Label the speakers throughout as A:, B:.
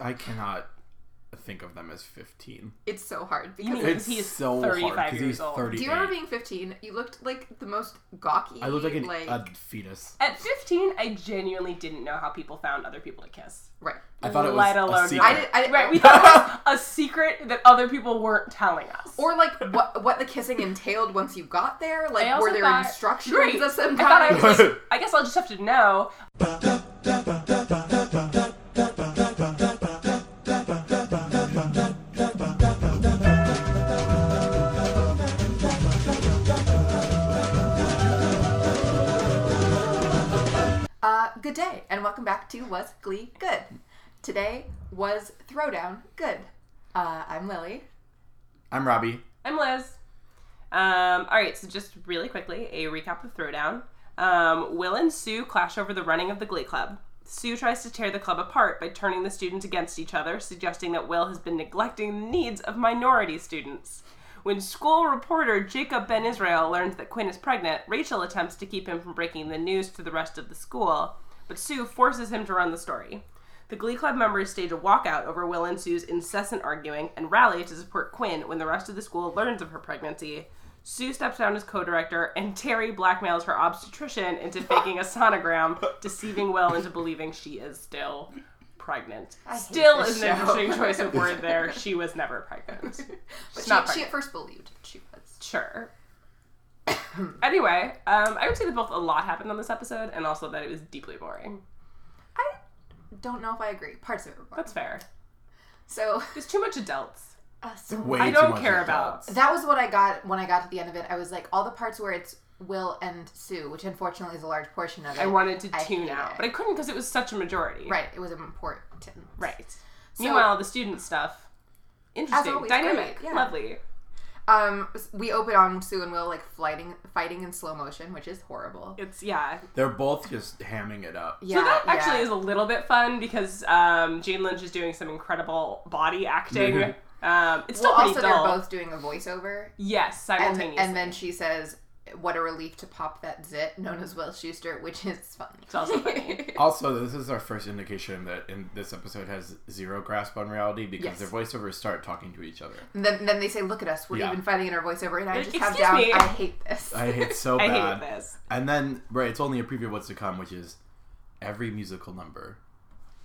A: I cannot think of them as 15.
B: It's so hard
C: You
B: because
C: mean-
A: It's
C: he's
A: so
C: 35
A: hard because he's
C: years old. Do you
B: do
A: 38.
B: you remember being 15? You looked like the most gawky.
A: I look like an a fetus.
C: At 15, I genuinely didn't know how people found other people to kiss.
B: right.
A: I thought it was
C: Let
A: a
C: alone
A: secret.
B: I did. I,
C: Right, we thought it was a secret that other people weren't telling us.
B: Or like what what the kissing entailed once you got there.
C: I
B: Like
C: also
B: were there
C: thought-
B: instructions
C: Great.
B: of some
C: I thought I
B: kind?
C: was like, I guess I'll just have to know.
B: Uh, good day, and welcome back to Was Glee Good? Today was Throwdown Good. Uh, I'm Lily.
A: I'm Robbie.
C: I'm Liz. Um, all right, so just really quickly, a recap of Throwdown. Um, Will and Sue clash over the running of the Glee Club. Sue tries to tear the club apart by turning the students against each other, suggesting that Will has been neglecting the needs of minority students. When school reporter Jacob Ben Israel learns that Quinn is pregnant, Rachel attempts to keep him from breaking the news to the rest of the school, but Sue forces him to run the story. The Glee Club members stage a walkout over Will and Sue's incessant arguing and rally to support Quinn when the rest of the school learns of her pregnancy. Sue steps down as co director, and Terry blackmails her obstetrician into faking a sonogram, deceiving Will into believing she is still pregnant.
B: hate
C: Still
B: this
C: is an
B: show.
C: interesting choice of word there. She was never pregnant.
B: But
C: not
B: she, she
C: pregnant.
B: at first believed she was.
C: Sure. anyway, um, I would say that both a lot happened on this episode, and also that it was deeply boring.
B: I don't know if I agree. Parts of it were wrong.
C: That's fair.
B: So,
C: There's too much adults.
B: uh, so
A: Way
C: I
A: too
C: don't
A: much
C: care
A: adults.
B: that was what I got when I got to the end of it. I was like, all the parts where it's Will and Sue, which unfortunately is a large portion of it.
C: I wanted to
B: I
C: tune
B: hate
C: out,
B: it.
C: but I couldn't because it was such a majority.
B: right. It was important.
C: Right. Meanwhile, the student stuff. Interesting.
B: always,
C: Dynamic.
B: great, yeah.
C: Lovely.
B: Um, we open on Sue and Will like fighting, fighting in slow motion, which is horrible.
C: It's yeah.
A: They're both just hamming it up.
B: Yeah,
C: so that actually
B: yeah.
C: is a little bit fun because um, Jane Lynch is doing some incredible body acting.
A: Mhm.
C: Um, it's still
B: Well,
C: pretty
B: also
C: dull.
B: they're both doing a voiceover,
C: yes,
B: and
C: simultaneously.
B: and then she says, "What a relief to pop that zit," known as Will Schuster, which is funny.
C: it's also funny.
A: Also, this is our first indication that in this episode has zero grasp on reality because
B: Yes.
A: their voiceovers start talking to each other.
B: And then, then they say, "Look at us, we're
A: Yeah.
B: even fighting in our voiceover," and I
C: Like,
B: just have
C: "Excuse
B: down,
C: me."
B: "I hate this."
A: I hate so
C: I
A: bad.
C: hate this.
A: And then, right, it's only a preview of what's to come, which is every musical number.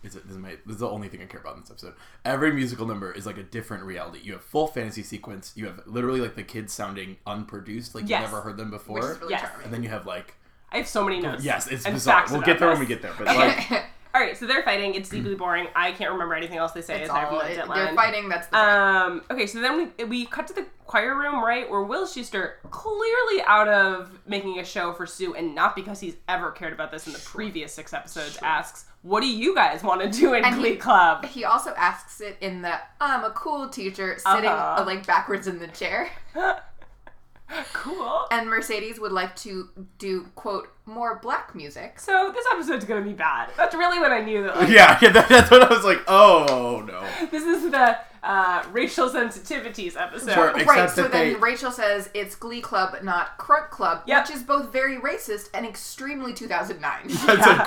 A: Is it, this, is my, this is the only thing I care about in this episode. Every musical number is like a different reality. You have full fantasy sequence. You have literally like the kids sounding unproduced, like
C: Yes.
A: you never heard them before.
B: which is really
C: Yes.
B: charming.
A: and then you have like
C: I have so many notes.
A: yes, it's
C: and
A: bizarre.
C: facts
A: We'll
C: about
A: get there when we
C: this.
A: get there, but like
C: All right, so they're fighting. It's deeply boring. I can't remember anything else they say
B: it's
C: aside
B: all
C: from
B: it-
C: that
B: they're
C: line.
B: fighting. That's the
C: Um, okay, so then we, we cut to the choir room, right? Where Will Schuster, clearly out of making a show for Sue, and not because he's ever cared about this in the previous six episodes, asks, What do you guys want to do in
B: And
C: Glee
B: he-
C: Club?
B: He also asks it in the "I'm a cool teacher" sitting
C: Uh-huh.
B: uh, like backwards in the chair.
C: Cool.
B: And Mercedes would like to do quote more black music.
C: So this episode's gonna be bad. That's really when I knew that like,
A: yeah, yeah that, that's what I was like. Oh no!
C: this is the uh, racial sensitivities episode.
A: Sure. Except
B: right,
A: that
B: so
A: they-
B: then Rachel says it's Glee Club, not Crunk Club,
C: Yep.
B: which is both very racist and extremely 2009.
A: That's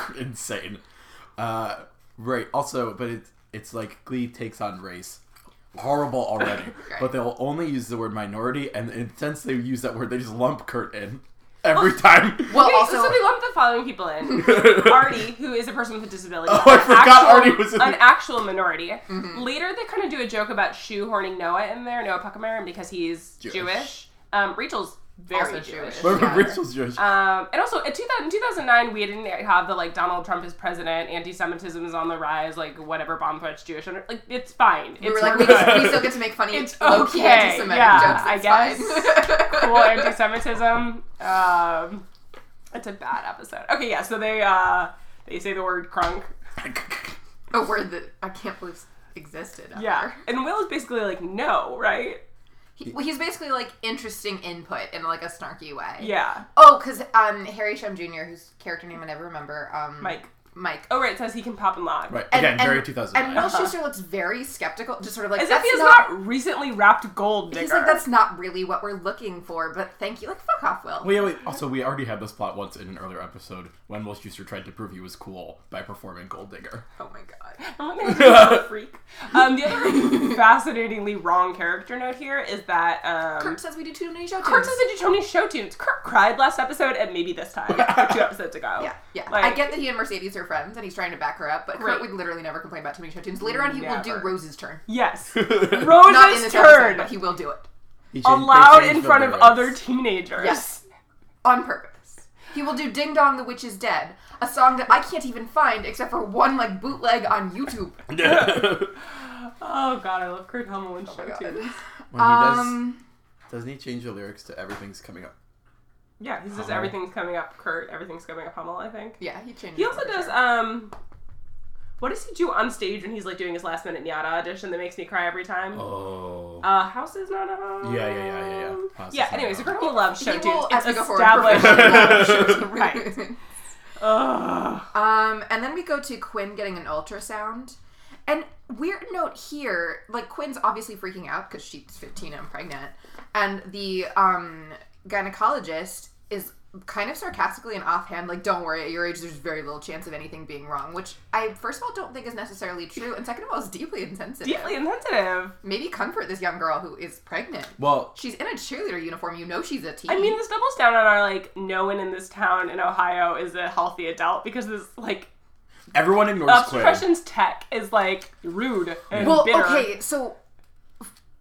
A: inc- insane. Uh, right. Also, but it's it's like Glee takes on race. Horrible already, but they'll only use the word minority, and, and since they use that word, they just lump Kurt in every time.
B: well,
C: Okay,
B: also,
C: so they lump the following people in: Artie, who is a person with a disability,
A: Oh, I
C: an
A: forgot
C: actual-
A: Artie was in
C: an
A: it. Mm-hmm.
C: actual minority. Later, they kind of do a joke about shoehorning Noah in there, Noah Puckemer, and because he's
A: Jewish.
C: Jewish, um, Rachel's very
B: Also
C: Jewish.
B: Jewish.
A: But
B: Yeah. Uh,
A: Rachel's Jewish.
C: Um, and also, in, 2000, in 2009, we didn't have the like Donald Trump is president, anti-Semitism is on the rise, like whatever bomb threats Jewish, under- like it's fine.
B: we
C: it's
B: were like, we,
C: we're
B: just,
C: good.
B: we still get to make funny
C: It's
B: low-key
C: okay,
B: anti-Semitic
C: yeah,
B: jokes.
C: I
B: it's
C: guess.
B: fine.
C: cool anti-Semitism. Um, it's a bad episode. Okay, yeah. So they uh, they say the word crunk.
B: A word that I can't believe existed. Ever.
C: Yeah, and Will is basically like no, right?
B: He, well, he's basically like interesting input in like a snarky way.
C: Yeah,
B: Oh, because um, Harry Shum Jr., whose character name I never remember, um,
C: Mike.
B: Mike.
C: Oh right, it says he can pop and lock.
A: right.
B: and-
A: Again,
B: and-
A: very
B: And
A: 2009.
B: Will Schuster looks very skeptical, just sort of like
C: As if
B: that's
C: he is
B: not
C: not, recently wrapped gold digger.
B: He's like, that's not really what we're looking for, but thank you. Like, fuck off, Will.
A: Well, Oh, yeah, wait. Also, we already had this plot once in an earlier episode when Will Schuster tried to prove he was cool by performing Gold Digger.
B: Oh my god.
C: I'm like, "That's a freak. Um, the other fascinatingly wrong character note here is that um,
B: Kurt says we do too many show
C: Kurt
B: tunes.
C: says they do too many show tunes. Kurt cried last episode and maybe this time, or two episodes ago.
B: Yeah, yeah.
C: Like-
B: I get that he and Mercedes are friends and he's trying to back her up, but
C: Right.
B: Kurt would literally never complain about too many show tunes. Later on, he will do
C: Never.
B: Rose's turn.
C: Yes.
B: Not in
C: Rose's
B: this episode,
C: turn.
B: but he will do it
A: He changed- they
C: Allowed
A: changed
C: in
A: the
C: front of
A: lyrics.
C: other teenagers.
B: Yes. on purpose. He will do Ding Dong the Witch is Dead, a song that I can't even find except for one like bootleg on YouTube.
C: Oh god, I love Kurt Hummel in show
B: Oh God.
C: tunes.
A: when he does,
B: Um,
A: doesn't he change the lyrics to "Everything's Coming Up"?
C: Yeah, he says
A: Hummel.
C: everything's coming up, Kurt. Everything's coming up, Hummel. I think.
B: yeah, he uh, changes.
C: He also
B: it for
C: does
B: sure.
C: um. What does he do on stage when he's like doing his last minute Miata audition that makes me cry every time?
A: Oh,
C: Uh, house is not a home.
A: Yeah, yeah, yeah, yeah, yeah. House
C: yeah.
A: is not
C: Anyway, so
A: a
C: Kurt Hummel loves show
B: he
C: tunes.
B: will, as
C: It's
B: we go forward,
C: established.
B: professionally love show tunes.
C: Ugh.
B: Um, and then we go to Quinn getting an ultrasound. And weird note here, like Quinn's obviously freaking out because she's 15 and pregnant, and the um gynecologist is kind of sarcastically and offhand, like, "Don't worry, at your age, there's very little chance of anything being wrong," which I first of all don't think is necessarily true, and second of all is deeply insensitive.
C: Deeply insensitive.
B: Maybe comfort this young girl who is pregnant.
A: well,
B: She's in a cheerleader uniform. You know she's a teen.
C: I mean, this doubles down on our like, no one in this town in Ohio is a healthy adult because this like
A: everyone
C: uh,
A: ignores Quinn.
C: obstetricians tech is like rude and
B: Well,
C: bitter.
B: okay, so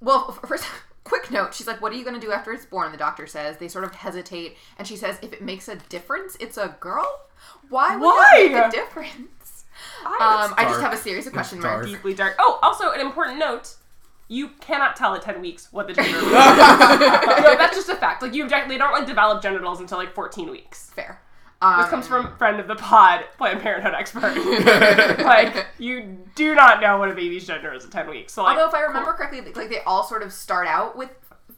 B: well, f- first quick note. She's like, "What are you going to do after it's born?" The doctor says. They sort of hesitate, and she says, "If it makes a difference, it's a girl. Why would
C: Why?
B: that make a difference?"
C: I
B: Um, I just
A: dark.
B: have a series of question
A: dark.
B: marks.
C: deeply dark. Oh, also an important note: you cannot tell at ten weeks what the gender. is. no, that's just a fact. Like you object, they don't like develop genitals until like fourteen weeks.
B: Fair.
C: This
B: Um,
C: comes from friend of the pod, Planned Parenthood expert. like you do not know what a baby's gender is at ten weeks. So like,
B: although, if I remember correctly, like, like they all sort of start out with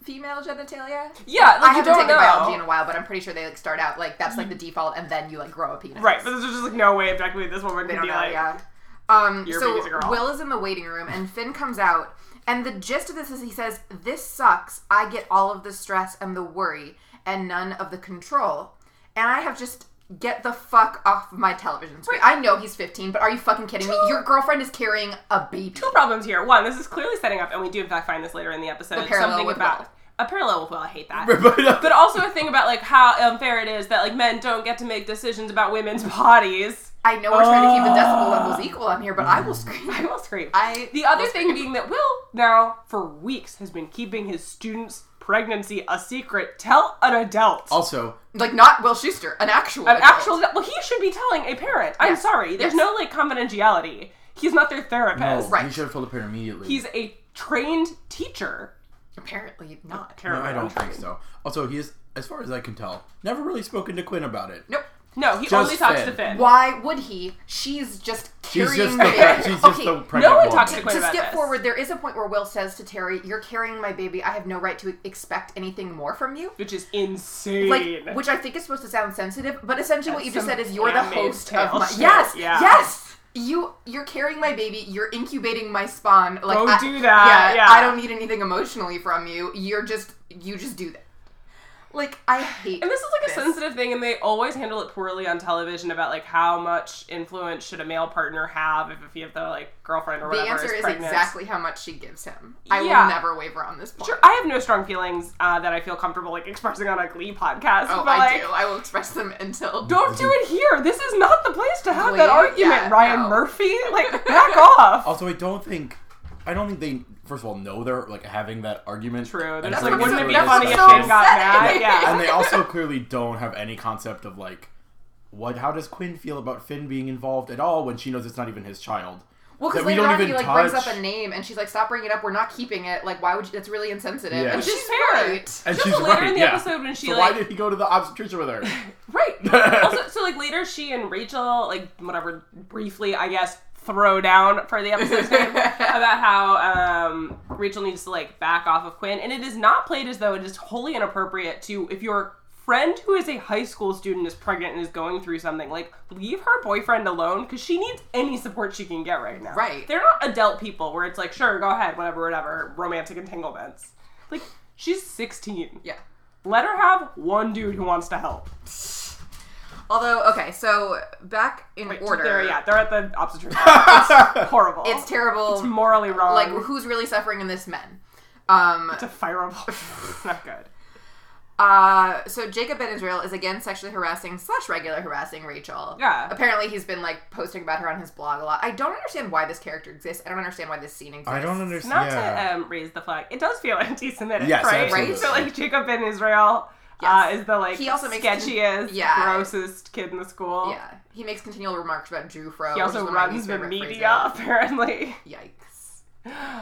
B: female genitalia.
C: yeah, like,
B: I
C: you
B: haven't
C: don't
B: taken
C: know. Mm-hmm.
B: biology in a while, but I'm pretty sure they like start out like that's like the default, and then you like grow a penis.
C: Right, but there's just like no way objectively this woman
B: They don't
C: could
B: know,
C: be like.
B: yeah. Um,
C: Your
B: so
C: baby's a girl.
B: Will is in the waiting room, and Finn comes out, and the gist of this is he says, "This sucks. I get all of the stress and the worry, and none of the control, and I have just." Get the fuck off my television screen. I know he's 15, but are you fucking kidding me? Your girlfriend is carrying a baby.
C: Two problems here. One, this is clearly setting up, and we do in fact find this later in the episode.
B: The parallel
C: something
B: with
C: about
B: Will.
C: a parallel with Will. I hate that.
A: But
C: but also a thing about like how unfair it is that like men don't get to make decisions about women's bodies.
B: I know we're trying to keep the decibel levels equal on here, but I will scream.
C: Oh. I will scream.
B: I
C: the other thing being that Will now for weeks has been keeping his students' pregnancy a secret. Tell an adult.
A: also,
B: Like, not Will Schuster, an actual.
C: an
B: adult.
C: actual well, he should be telling a parent. I'm
B: Yes.
C: sorry. There's
B: Yes.
C: no like confidentiality. He's not their
A: no,
C: therapist.
B: Right.
A: he should have told the parent immediately.
C: He's a trained teacher.
B: Apparently not.
A: no, I don't think so. Also, he is, as far as I can tell, never really spoken to Quinn about it.
B: Nope.
C: No, he
A: Just
C: only talks to
A: Finn.
C: Finn.
B: Why would he? She's just carrying
A: She's just
B: the
A: the,
B: baby.
A: she's just
B: okay,
A: the pregnant
C: one
A: woman.
C: talks to Quinn.
B: to
C: about
B: skip
C: this.
B: forward, there is a point where Will says to Terry, "You're carrying my baby. I have no right to expect anything more from you."
C: Which is insane.
B: Like, which I think is supposed to sound sensitive, but essentially what
C: That's
B: you just
C: some
B: said is you're the
C: anime
B: host
C: tale
B: of my
C: shit,
B: yes,
C: yeah.
B: yes. You you're carrying my baby. You're incubating my spawn. Like,
C: Go
B: I,
C: do that, yeah.
B: I don't need anything emotionally from you. You're just you just do that. Like I hate.
C: And this is like a
B: this.
C: sensitive thing, and they always handle it poorly on television about like how much influence should a male partner have if, if you have the like girlfriend or
B: The
C: whatever
B: answer
C: is
B: is
C: pregnant.
B: exactly how much she gives him. I
C: Yeah.
B: will never waver on this point.
C: Sure, I have no strong feelings uh, that I feel comfortable like expressing on a Glee podcast.
B: Oh,
C: but,
B: I
C: like,
B: do. I will express them until.
C: Don't do it here. This is not the place to have
B: Wait,
C: that argument,
B: yeah,
C: Ryan
B: no.
C: Murphy. Like, back off.
A: Also, I don't think, I don't think they, first of all, know they're like having that argument.
C: True. They're
A: And
C: just
A: so
C: like,
A: it's
B: what's
C: wouldn't it
B: so-
C: be
A: really
B: that's
C: funny if
B: what's so
C: Finn got mad?
B: upsetting.
C: Yeah.
A: and they also clearly don't have any concept of like what how does Quinn feel about Finn being involved at all when she knows it's not even his child?
B: Well, because
A: That we
B: later
A: don't
B: on he
A: even
B: like brings up
A: touch.
B: a name, and she's like, "Stop bringing it up. We're not keeping it. Like, why would you? That's really insensitive."
A: Yeah.
B: And
A: Which is
B: she's
C: fair.
B: right.
A: And
C: Just
A: she's
C: later
A: right,
C: in the
A: yeah.
C: episode when she
A: so
C: like
A: why did he go to the obstetrician with her?
C: Right. also, so like later, she and Rachel, like whatever, briefly, I guess, throw down for the episode's name about how um, Rachel needs to like back off of Quinn, and it is not played as though it is wholly inappropriate to if your friend who is a high school student is pregnant and is going through something like leave her boyfriend alone because she needs any support she can get right now
B: Right.
C: they're not adult people where it's like sure go ahead whatever whatever romantic entanglements like she's 16
B: Yeah.
C: let her have one dude who wants to help
B: Although, okay, so back in
C: Wait,
B: order.
C: They're, yeah, they're at the obstetric. it's horrible.
B: It's terrible.
C: It's morally wrong.
B: like who's really suffering in this men um
C: it's a fireable. it's not good.
B: uh so jacob ben israel is again sexually harassing slash regular harassing rachel
C: Yeah.
B: apparently he's been like posting about her on his blog a lot i don't understand why this character exists i don't understand why this scene exists
D: I don't understand.
C: Not
D: yeah.
C: to um, raise the flag, it does feel anti-Semitic,
D: Yes,
C: right?
D: absolutely.
C: So like Jacob in Israel
B: Yes.
C: uh, is the like
B: He also makes
C: sketchiest,
B: yeah.
C: grossest kid in the school.
B: yeah he makes continual remarks about jew fro
C: He
B: which
C: also
B: is one of my
C: runs
B: least
C: the
B: favorite
C: media, apparently.
B: phrases.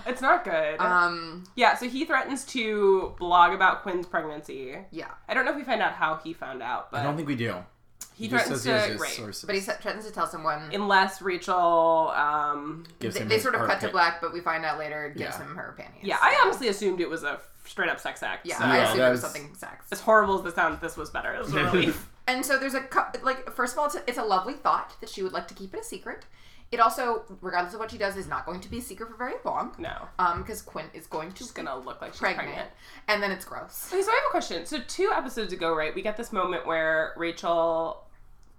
C: It's not good.
B: yikes um
C: yeah, so he threatens to blog about Quinn's pregnancy.
B: yeah
C: I don't know if we find out how he found out, but
A: I don't think we do.
C: he threatens to rape.
A: sources.
B: but he se- threatens to tell someone
C: Unless Rachel, um,
A: Gives
B: they,
A: him
B: they
A: his-
B: sort of
A: or
B: cut to
A: pa-
B: black but we find out later it gives
A: Yeah.
B: him her panties
C: yeah, I honestly assumed it was a straight up sex act.
B: yeah,
C: so-
B: I
A: Yeah,
B: assume
A: that
B: it was
A: was-
B: something sex.
C: As horrible as this sounds, this was better. It was a relief.
B: And so there's a cou- like first of all, it's a, it's a lovely thought that she would like to keep it a secret. It also, regardless of what she does, is not going to be a secret for very long.
C: no.
B: Um, because Quinn is going to
C: She's
B: be
C: gonna look like she's
B: pregnant,
C: pregnant.
B: and then it's gross.
C: Okay, so I have a question. So two episodes ago, right, we get this moment where Rachel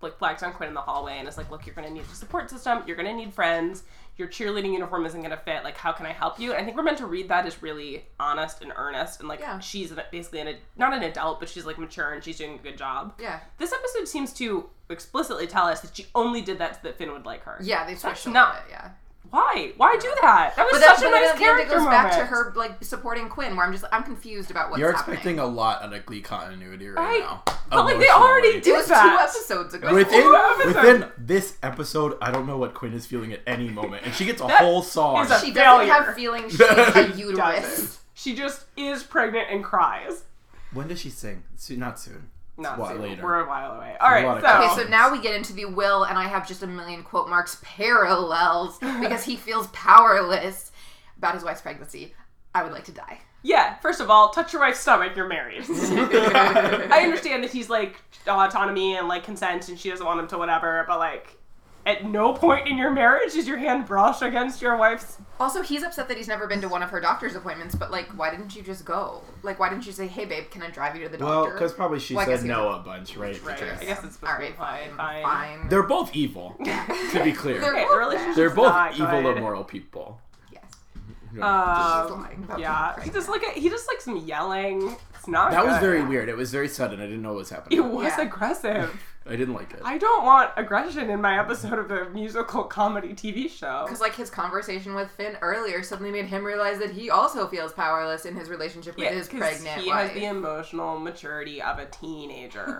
C: like blacked on Quinn in the hallway and is like, Look, you're gonna need a support system, you're gonna need friends, your cheerleading uniform isn't gonna fit, like how can I help you? And I think we're meant to read that as really honest and earnest and like
B: Yeah.
C: she's basically an, ad- not an adult, but she's like mature and she's doing a good job.
B: Yeah,
C: This episode seems to explicitly tell us that she only did that so that Finn would like her.
B: yeah, they switched a
C: not-
B: little bit, yeah.
C: Why? Why do that? That was such a
B: then
C: nice
B: at the end
C: character
B: it goes
C: moment.
B: back to her like supporting Quinn, where I'm just I'm confused about what's
A: You're
B: happening.
A: expecting a lot out of Glee continuity right,
C: Right.
A: now.
C: But, like, they already
A: Emotionally.
B: it was
C: that.
B: two episodes ago.
A: Within,
C: Two episodes.
A: within this episode, I don't know what Quinn is feeling at any moment, and she gets a
C: That
A: whole song.
C: is a-
B: she doesn't
C: failure.
B: have feelings. She's a uterus.
C: doesn't. She just is pregnant and cries.
A: when does she sing? Soon, not soon.
C: Not
A: It's a lot
C: soon.
A: later.
C: We're a while away. All
A: lot
C: right.
A: of
C: So,
B: Okay, so now we get into the will, and I have just a million quote marks parallels because he feels powerless about his wife's pregnancy. I would like to die.
C: yeah. First of all, touch your wife's stomach. You're married. I understand that he's like autonomy and like consent, and she doesn't want him to whatever. But like, at no point in your marriage is your hand brushed against your wife's.
B: Also, he's upset that he's never been to one of her doctor's appointments, but like, why didn't you just go? Like, why didn't you say, hey, babe, can I drive you to the
D: Well,
B: doctor?
D: because probably she
B: Well, I guess
D: said
B: you
D: no a bunch, right?
C: Right.
D: Because-
C: I guess it's supposed
B: All
C: to be
B: right, fine,
C: fine.
B: fine.
A: They're both evil, to be clear. They're,
B: They're
C: Okay,
B: both
C: the relationship's not
A: both
C: good.
A: evil, immoral people.
B: yes.
A: You know,
B: He's
C: Um,
B: lying about
C: yeah.
B: being
C: He just like he just like some yelling. It's not.
A: that was
C: good.
A: very weird. It was very sudden. I didn't know what was happening.
C: Oh, It was
B: Yeah.
C: aggressive.
A: I didn't like it.
C: I don't want aggression in my episode of a musical comedy TV show.
B: Because like his conversation with Finn earlier suddenly made him realize that he also feels powerless in his relationship with his
C: 'cause
B: pregnant
C: he
B: wife.
C: has the emotional maturity of a teenager.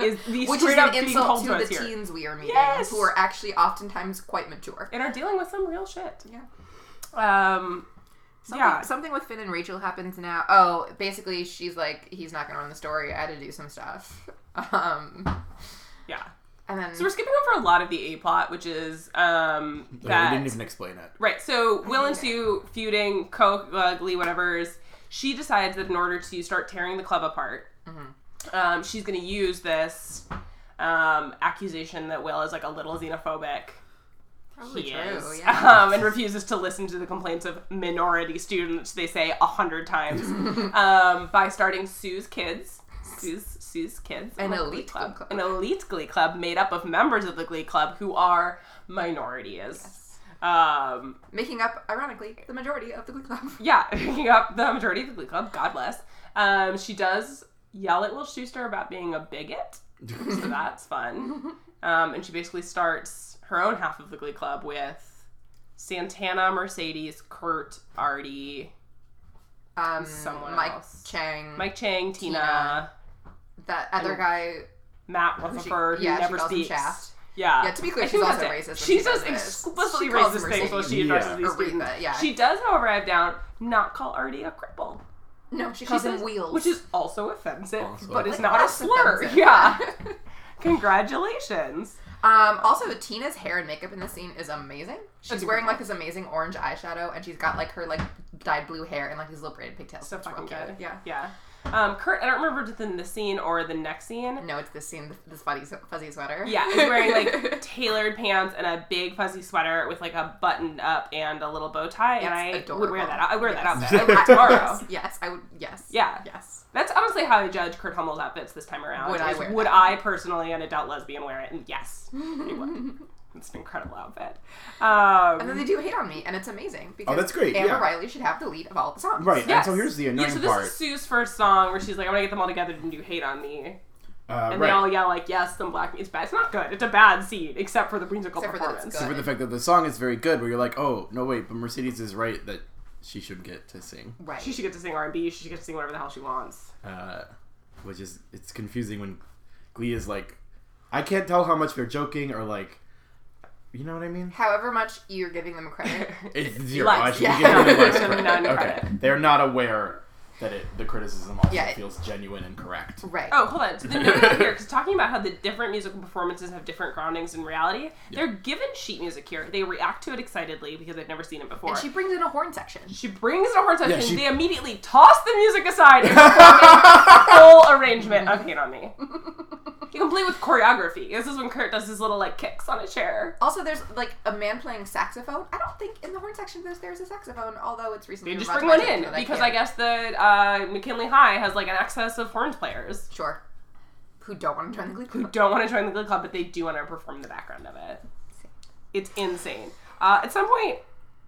C: is the
B: Which is
C: straight
B: an
C: up being
B: insult
C: told
B: to
C: to
B: the
C: us here.
B: teens we are meeting,
C: Yes!
B: who are actually oftentimes quite mature.
C: and are dealing with some real shit.
B: Yeah.
C: Um,
B: Something,
C: yeah.
B: something with Finn and Rachel happens now. Oh, basically, she's like, he's not gonna run the story. I had to do some stuff. Um,
C: yeah.
B: and then
C: So we're skipping over a lot of the A plot, which is um,
A: Like,
C: that
A: I Oh, didn't even explain it.
C: Right. So Will and Sue feuding, Coke, uh, Glee, whatever's. She decides that in order to start tearing the club apart,
B: Mm-hmm.
C: um, she's going to use this um, accusation that Will is like a little xenophobic.
B: probably
C: he
B: true,
C: is,
B: yeah.
C: um, and refuses to listen to the complaints of minority students. They say a hundred times um, by starting Sue's Kids. Sue's, Sue's Kids,
B: An
C: a
B: elite Glee club.
C: an elite Glee club made up of members of the Glee club who are minorities. Um,
B: Making up, ironically, the majority of the Glee Club.
C: yeah, picking up the majority of the Glee Club. God bless. Um, she does yell at Will Schuster about being a bigot, so that's fun. Um, and she basically starts her own half of the Glee Club with Santana, Mercedes, Kurt, Artie,
B: Um,
C: Someone
B: Mike
C: else.
B: Chang,
C: Mike Chang, Tina,
B: Tina. that other guy.
C: Matt
B: She,
C: Rutherford, who
B: yeah,
C: never
B: she calls him
C: speaks.
B: Shaft.
C: Yeah.
B: Yeah, to be clear,
C: I
B: she's
C: think
B: also
C: that's
B: racist when
C: it.
B: she does
C: She does
B: this.
C: explicitly
B: She calls
C: racist
B: him
C: things while
A: Mercedes.
C: she addresses
A: Yeah.
C: these
B: Or Reba,
C: students.
B: yeah.
C: She does, however, I have down not call Artie a cripple.
B: No, she
C: She
B: calls him
C: says-
B: Wheels,
C: Which is also offensive,
A: Also
C: but it's
B: Like,
C: not a
B: less
C: slur.
B: offensive.
C: Yeah. Congratulations.
B: Um, also, Tina's hair and makeup in this scene is amazing. She's
C: It's
B: wearing like this amazing orange eyeshadow, and she's got like her like dyed blue hair and like these little braided pigtails.
C: So
B: It's
C: fucking
B: real
C: good.
B: Yeah.
C: Yeah. Um, Kurt, I don't remember if it's in this scene or the next scene.
B: No, it's this scene, this fuzzy, fuzzy sweater.
C: Yeah, he's wearing like tailored pants and a big fuzzy sweater with like a button up and a little bow tie, and I
B: It's
C: would wear
B: adorable.
C: that. out- I wear that
B: Yes.
C: outfit
B: I-
C: tomorrow.
B: Yes, yes, I would. Yes.
C: Yeah.
B: Yes.
C: That's honestly how I judge Kurt Hummel's outfits this time around.
B: Would I
C: is
B: wear
C: would
B: that?
C: I personally, an adult lesbian, wear it? And yes, I would. It's an incredible outfit. Um,
B: And then they do hate on me, and it's amazing because
A: Oh, that's great,
B: Amber
A: yeah.
B: Riley should have the lead of all the songs.
A: Right.
C: Yes.
A: And so here's the
C: yeah,
A: annoying
C: so this
A: part.
C: is Sue's first song where she's like, "I'm gonna get them all together and do hate on me,"
A: uh,
C: and
A: right.
C: they all yell like, "Yes, some black." It's bad. It's not good. It's a bad scene, except for the musical
B: Except for that it's
C: performance.
B: good.
A: Except for the fact that the song is very good, where you're like, oh no, wait, but Mercedes is right that she should get to sing,
B: Right.
C: She should get to sing R&B. She should get to sing whatever the hell she wants.
A: uh, which is it's confusing when Glee is like, I can't tell how much they're joking or like, you know what I mean?
B: However much you're giving them credit.
A: It's zero.
C: Likes,
A: I should
B: yeah.
A: be giving them less
C: Give them
A: credit.
C: none
A: okay,
C: credit.
A: they're not aware that it, the criticism also
B: Yeah.
A: feels genuine and correct.
B: right.
C: Oh, hold on. So the note over here, because talking about how the different musical performances have different groundings in reality, they're given sheet music here. They react to it excitedly because they've never seen it before.
B: And she brings in a horn section.
C: She brings it a horn section.
A: Yeah, she-
C: They immediately toss the music aside and perform a full arrangement of "Hate on Me." You complete with choreography. This is when Kurt does his little like kicks on a chair.
B: Also, there's like a man playing saxophone. I don't think in the horn section there's there's a saxophone, although it's recently
C: They just
B: remodeled
C: bring one
B: by
C: in
B: Jackson,
C: because
B: can't-
C: I guess that uh, McKinley High has like an excess of horn players
B: sure who don't want to join the Glee
C: who
B: Club.
C: don't want to join the Glee Club, but they do want to perform the background of it. It's insane. Uh, at some point,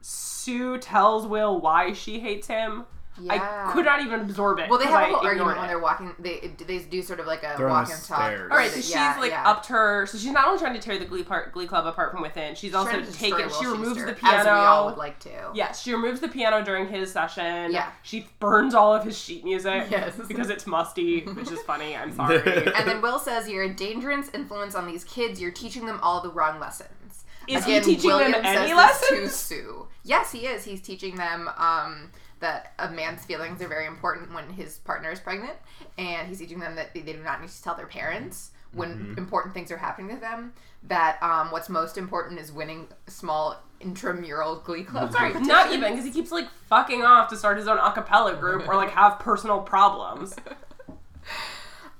C: Sue tells Will why she hates him. I
B: Yeah.
C: could not even absorb it.
B: Well, they
C: 'cause
B: have
C: I
B: a whole
C: ignored
B: argument when
C: it.
B: they're walking. They they do sort of like a
A: They're on
B: walk
A: the
B: and talk.
A: stairs.
C: All right, so
B: Yeah,
C: she's like
B: yeah.
C: upped her. So she's not only trying to tear the Glee, part, Glee Club apart from within. She's also
B: Trying to destroy
C: taken.
B: Will
C: She removes
B: Schuester,
C: the
B: As we all would
C: piano.
B: like to.
C: Yes, she removes the piano during his session.
B: Yeah.
C: she burns all of his sheet music.
B: Yes.
C: because it's musty, which is funny. I'm sorry.
B: And then Will says, "You're a dangerous influence on these kids. You're teaching them all the wrong lessons."
C: Is he teaching them any
B: this
C: lessons?
B: To Sue. Yes, he is. He's teaching them um, that a man's feelings are very important when his partner is pregnant, and he's teaching them that they, they do not need to tell their parents when
C: Mm-hmm.
B: important things are happening to them. That um, what's most important is winning small intramural glee club.
C: Sorry, Mm-hmm. not even because he keeps like fucking off to start his own a cappella group or like have personal problems.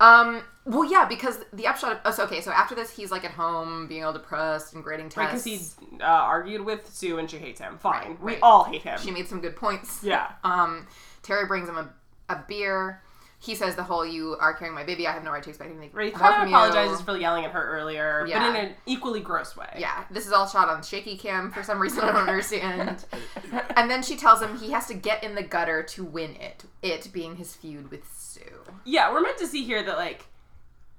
B: Um. Well, yeah, because the upshot of oh, so, okay, so after this, he's like at home being all depressed and grading tests.
C: Because he's uh, argued with Sue and she hates him. Fine,
B: Right,
C: we
B: right.
C: all hate him.
B: she made some good points.
C: yeah,
B: Um, Terry brings him a, a beer. He says the whole "you are carrying my baby. I have no right to expect anything
C: Ray
B: more
C: kind of
B: from you."
C: apologizes for yelling at her earlier,
B: Yeah.
C: but in an equally gross way.
B: Yeah, this is all shot on shaky cam for some reason I don't understand. and then she tells him he has to get in the gutter to win it. It being his feud with Sue.
C: Yeah, we're meant to see here that like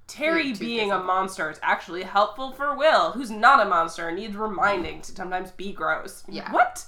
C: Terry
B: Yeah, two
C: being
B: kids
C: a monster is actually helpful for Will, who's not a monster and needs reminding to sometimes be gross.
B: Yeah.
C: What?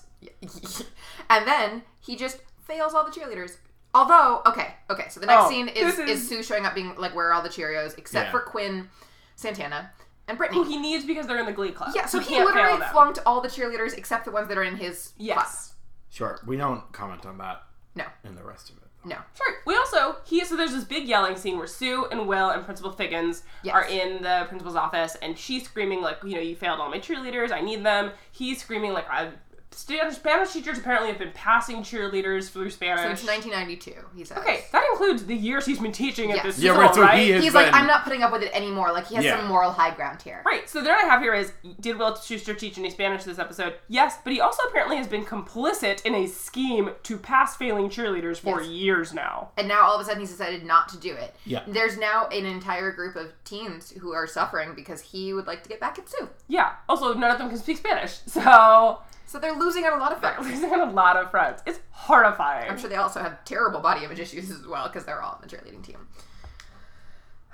B: and then he just fails all the cheerleaders. Although, okay, okay, so the next
C: Oh,
B: scene is,
C: this
B: is
C: is-
B: Sue showing up being like, where are all the Cheerios? Except
A: Yeah.
B: for Quinn, Santana, and
C: Who
B: Brittany.
C: he needs because they're in the Glee Club.
B: yeah, so
C: You
B: he
C: can't fail
B: literally
C: them.
B: flunked all the cheerleaders except the ones that are in his class.
C: Yes.
A: Sure, we don't comment on that
B: No,
A: in the rest of it.
B: no.
C: Sure. We also he so there's this big yelling scene where Sue and Will and Principal Figgins
B: Yes.
C: are in the principal's office and she's screaming like you know you failed all my cheerleaders I need them. He's screaming like I Spanish Spanish teachers apparently have been passing cheerleaders through
B: So
C: Spanish.
B: it's 1992, he says.
C: okay, that includes the years he's been teaching at
B: Yes.
C: this
A: Yeah,
C: school,
A: right, so he
C: right?
A: is-
B: He's
A: It's
B: like,
A: been-
B: I'm not putting up with it anymore. Like, he has
A: Yeah.
B: some moral high ground here.
C: Right, so the note I have here is Did Will Schuster teach any Spanish this episode? Yes, but he also apparently has been complicit in a scheme to pass failing cheerleaders for
B: Yes.
C: years now.
B: And now all of a sudden he's decided not to do it.
A: Yeah.
B: There's now an entire group of teens who are suffering because he would like to get back at Sue.
C: Yeah, also, none of them can speak Spanish, so
B: So they're losing out a lot of friends.
C: he's got a lot of friends. It's horrifying.
B: I'm sure they also have terrible body image issues as well because they're all on the cheerleading team.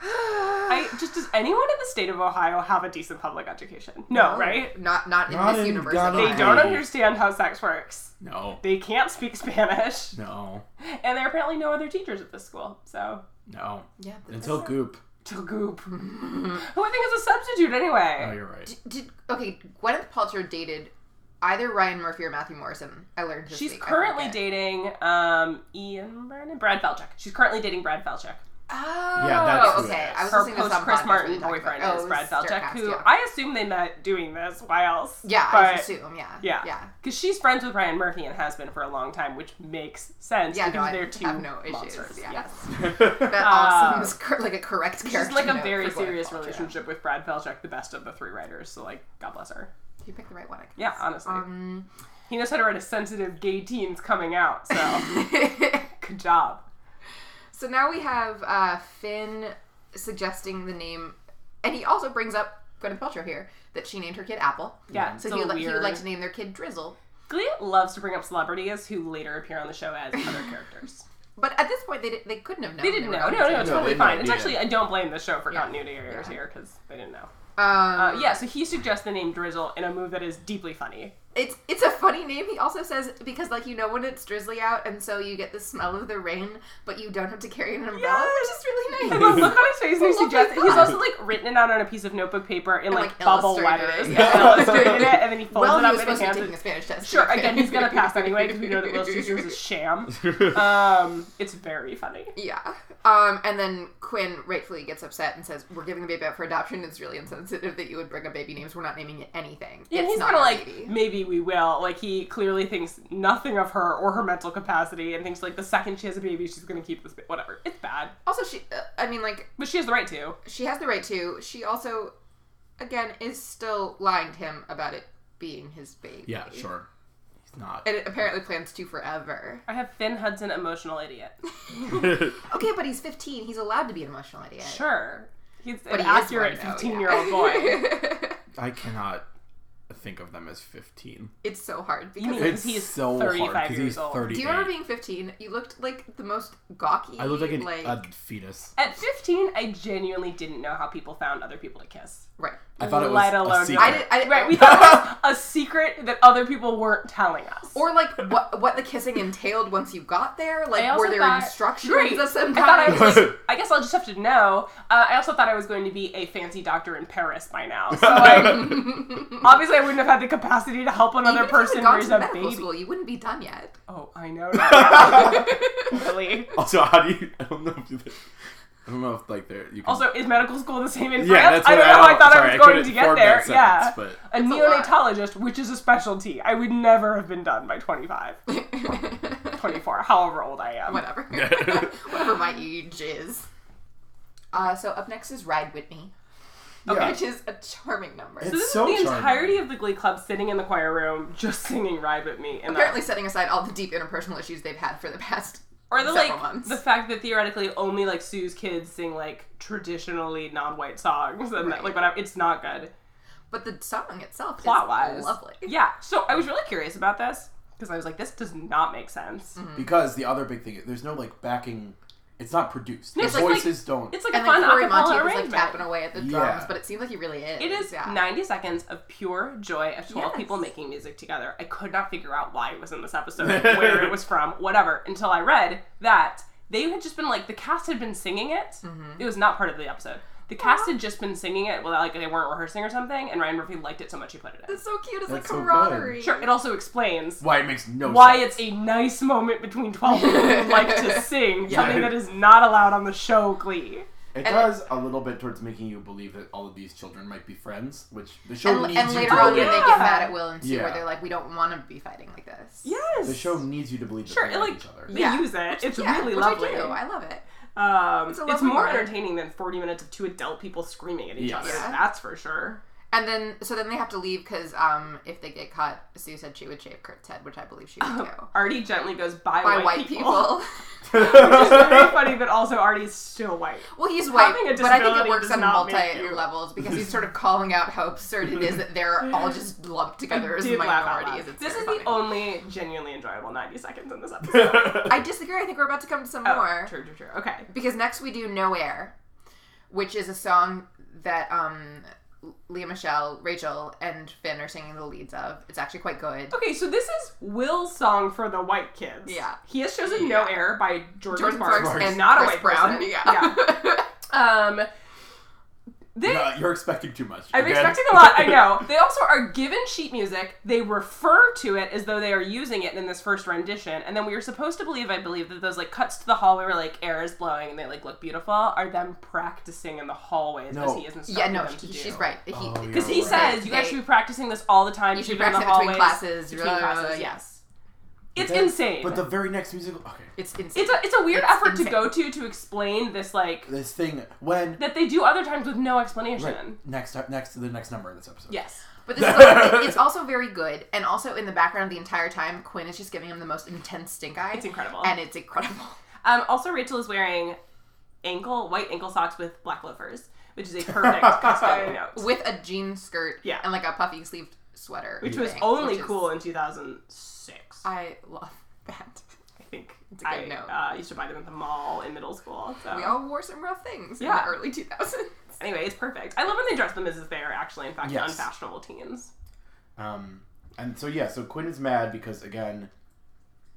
C: I just does anyone in the state of Ohio have a decent public education? No, Oh, right?
B: Not not in
A: Not
B: this
A: in
B: university.
A: Ghana.
C: They
A: Right.
C: don't understand how sex works.
A: No,
C: They can't speak Spanish,
A: no,
C: and there are apparently no other teachers at this school. So,
A: no.
B: Yeah. but
A: Until
B: that's-
A: Goop.
C: to goop. Who I think is a substitute anyway.
A: Oh, you're right.
B: Did, okay, Gwyneth Paltrow dated either Ryan Murphy or Matthew Morrison. I learned this
C: She's
B: week, I
C: currently
B: forget.
C: dating um, Ian Brennan, Brad Falchuk. She's currently dating Brad Falchuk.
B: Oh,
A: Yeah, that's who it
B: okay.
A: is.
B: I was
C: Her
B: listening to
C: post
B: some
C: Chris
B: podcast
C: Martin
B: we talked
C: boyfriend
B: about-
C: is
B: oh,
C: Brad
B: Sarah
C: Falchuk,
B: Cast,
C: who
B: yeah.
C: I assume they met doing this. Why else?
B: yeah, I
C: but,
B: would assume, yeah,
C: Yeah.
B: yeah.
C: Because she's friends with Ryan Murphy and has been for a long time, which makes sense
B: Yeah, no,
C: because
B: I
C: they're two
B: have no issues.
C: monsters.
B: Yeah.
A: That
B: That all seems cor- like a correct
C: She's
B: character.
C: like a
B: note
C: very
B: for what
C: serious
B: it's called, yeah.
C: relationship with Brad Falchuk, the best of the three writers. So like, God bless her.
B: You picked the right one, I guess.
C: Yeah, honestly,
B: Um,
C: he knows how to write a sensitive gay teens coming out. So good job.
B: so now we have uh, Finn suggesting the name, and he also brings up Gwyneth Paltrow here that she named her kid Apple. So
C: Yeah, it's a
B: he would, like, he would
C: weird-
B: like to name their kid Drizzle.
C: Glee loves to bring up celebrities who later appear on the show as other characters.
B: But at this point, they, did, they couldn't have known.
C: They didn't
B: were
C: know.
B: going
C: No,
B: to.
C: no, it's
A: No,
C: totally
A: they had no
C: fine. It's
A: idea.
C: actually I don't blame the show for
B: Yeah.
C: continuity errors
B: Yeah.
C: here because they didn't know.
B: Um,
C: Uh, yeah, so he suggests the name Drizzle in a move that is deeply funny.
B: It's it's a funny name. He also says because like you know when it's drizzly out and so you get the smell of the rain, but you don't have to carry an umbrella,
C: Yes.
B: which is really
C: And
B: nice.
C: the look on his face when he
B: I love
C: suggests
B: that.
C: he's also like written it out on a piece of notebook paper in
B: And,
C: like,
B: like,
C: bubble
B: illustrated
C: letters,
B: it.
C: and illustrated it, and then he folds
B: well,
C: it
B: he
C: up
B: was
C: and
B: supposed to be
C: hands
B: taking
C: it.
B: the Spanish test.
C: Sure, again, he's gonna pass anyway because we know that Will Sisters is a sham. Um, it's very funny.
B: Yeah. Um, and then Quinn rightfully gets upset and says, "We're giving the baby up for adoption. It's really insensitive that you would bring up baby names. We're not naming it anything. it's
C: Yeah, and he's
B: not
C: kind of
B: our
C: like,
B: baby."
C: maybe we will. Like, he clearly thinks nothing of her or her mental capacity and thinks, like, the second she has a baby, she's going to keep this. Ba- Whatever. It's bad.
B: Also, she. Uh, I mean, like
C: But she has the right to.
B: she has the right to. She also, again, is still lying to him about it being his baby.
A: Yeah, sure. He's not.
B: And it apparently plans to forever.
C: I have Finn Hudson, emotional idiot.
B: Okay, but he's 15. He's allowed to be an emotional idiot.
C: Sure. He's
B: But
C: an
B: he is
C: accurate
B: one, though,
C: 15 year
B: yeah.
C: old boy.
A: I cannot think of them as 15.
B: it's so hard
C: You mean
B: because.
A: It's
C: because he's
A: so
C: 35
A: hard because
C: years
A: he's
C: old.
A: 38.
B: Do you remember being 15? You looked like the most gawky.
A: I look like, an, a fetus.
C: At 15, I genuinely didn't know how people found other people to kiss.
B: right.
A: I thought it was
C: Let
A: a
C: alone-
A: secret.
B: I did. I,
C: Right, we thought it was a secret that other people weren't telling us.
B: or like what what the kissing entailed once you got there.
C: I
B: Like
C: also
B: were there
C: thought-
B: instructions
C: Great.
B: of some
C: I thought I
B: kind?
C: was like, I guess I'll just have to know. Uh, I also thought I was going to be a fancy doctor in Paris by now. So, like, obviously, I wouldn't have had the capacity to help
B: Even
C: another
B: if you had
C: person
B: gone
C: raise
B: to
C: a
B: medical
C: baby.
B: School, you wouldn't be done yet.
C: Oh, I know. now. really.
A: Also, how do you? I don't know. If you, I don't know if like there. You can,
C: Also, is medical school the same in
A: yeah,
C: France?
A: that's
C: I
A: what
C: don't know. I, thought
A: sorry,
C: I was going
A: couldn't
C: to get
A: form
C: there.
A: that
C: yeah.
A: sentence,
B: a
C: a
B: lot.
C: neonatologist, which is a specialty. I would never have been done by 25, 24, however old I am.
B: Whatever. Whatever my age is. Uh, so up next is Ride Whitney,
A: but, yeah.
B: which is a charming number.
A: It's
C: So this
A: so
C: is the
A: charming.
C: entirety of the Glee Club sitting in the choir room, just singing "Ride with Me," and
B: Apparently, setting aside all the deep interpersonal issues they've had for the past
C: or the
B: several
C: like
B: months.
C: the fact that theoretically only like Sue's kids sing like traditionally non-white songs and that, like whatever. It's not good
B: but the song itself
C: plot
B: is
C: wise.
B: lovely.
C: yeah. So I was really curious about this because I was like, this does not make sense.
B: Mm-hmm.
A: because the other big thing, there's no like backing. It's not produced.
C: No,
A: the
C: it's like-
A: voices don't.
C: It's like
B: And
C: a
B: like
C: fun
B: Cory
C: acapella
B: Monteith is like
C: arrangement.
B: tapping away at the drums,
A: Yeah.
B: but it seems like he really is.
C: it is
B: yeah.
C: 90 seconds of pure joy of 12
B: Yes.
C: people making music together. I could not figure out why it was in this episode, where it was from, whatever, until I read that they had just been like, the cast had been singing it.
B: Mm-hmm.
C: It was not part of the episode. The cast had just been singing it, well, like they weren't rehearsing or something, and Ryan Murphy liked it so much he put it in.
B: It's so cute. It's like
A: That's so good.
B: camaraderie.
C: Sure, it also explains
A: why it makes no
C: why
A: sense.
C: it's a nice moment between 12 people who like to sing, something
A: Yeah.
C: that is not allowed on the show Glee.
A: It
B: and-
A: does a little bit towards making you believe that all of these children might be friends, which the show
B: And,
A: needs
B: and
A: you
B: later
A: to
B: on,
A: believe.
B: when they
C: Yeah.
B: get mad at Will and Sue, where
A: Yeah.
B: they're like, "We don't want to be fighting like this."
C: Yes.
A: The show needs you to believe that
C: Sure,
A: they
C: it
A: like
C: like
A: each other.
C: they
B: Yeah.
C: use it. It's
B: Yeah,
C: really
B: which
C: lovely.
B: I do. I love it.
C: Um, it's,
B: a lovely
C: more
B: moment.
C: entertaining than 40 minutes of two adult people screaming at each
A: Yes.
C: other.
B: Yeah.
C: That's for sure.
B: And then, so then they have to leave because um, if they get caught, Sue said she would shave Kurt's head, which I believe she would do.
C: Artie gently goes by,
B: By
C: Oh, white,
B: white,
C: people.
B: people.
C: It's very funny, but also Artie's still white.
B: well, he's white,
C: Having a
B: but I think it
C: disability
B: works
C: does
B: on
C: not make
B: multi
C: you-
B: levels because he's sort of calling out how absurd it is that they're all just lumped together as
C: Did laugh out
B: minorities.
C: loud.
B: It's
C: This
B: very
C: is
B: funny.
C: the only genuinely enjoyable 90 seconds in this episode.
B: I disagree. I think we're about to come to some more.
C: Oh, True, true, true. Okay.
B: because next we do nowhere which is a song that um leah michelle rachel and finn are singing the leads of it's actually quite good
C: Okay, so this is Will's song for the white kids.
B: Yeah.
C: He has chosen No Air by Jordan,
B: Jordan
C: Sparks,
B: Sparks
C: and
B: and
C: not
B: Chris
C: a white person.
B: Brown, yeah.
C: yeah. Um, They,
A: No, you're expecting too much.
C: I'm
A: okay?
C: expecting a lot. I know. They also are given sheet music. They refer to it as though they are using it in this first rendition, and then we are supposed to believe, I believe, that those like cuts to the hallway where like air is blowing and they like look beautiful are them practicing in the hallways
A: No.
C: as he is
B: Yeah,
C: instructing
B: no,
C: them to
B: he-
C: do.
B: she's right. He,
A: Oh, you're
C: Because he
A: Right.
C: says you guys should be practicing this all the time.
B: You should
C: be in the
B: practice it between
C: hallways,
B: classes,
C: Between
B: blah, blah,
C: classes,
B: blah,
C: yes. It's
A: Then-
C: insane.
A: But the very next musical, okay,
B: It's insane.
C: it's a it's a weird
B: It's
C: effort to
B: insane.
C: go to to explain this like
A: this thing when
C: that they do other times with no explanation.
A: right, next uh, next the next number in this episode.
C: Yes.
B: But this is also, it's also very good, and also in the background the entire time, Quinn is just giving him the most intense stink eye.
C: It's incredible.
B: and it's incredible.
C: Um, also, Rachel is wearing ankle white ankle socks with black loafers, which is a perfect costume. I know.
B: With a jean skirt,
C: Yeah.
B: and like a puffy sleeved sweater,
C: which was
B: thing,
C: only
B: which is-
C: cool in 2006. I,
B: I love that.
C: think it's
B: a good note.
C: I uh, used to buy them at the mall in middle school. So.
B: We all wore some rough things
C: Oh. Yeah.
B: in the early two thousands.
C: anyway, it's perfect. I love when they dress them as if they are actually, in fact,
A: Yes.
C: unfashionable teens.
A: Um, and so yeah, so Quinn is mad because again,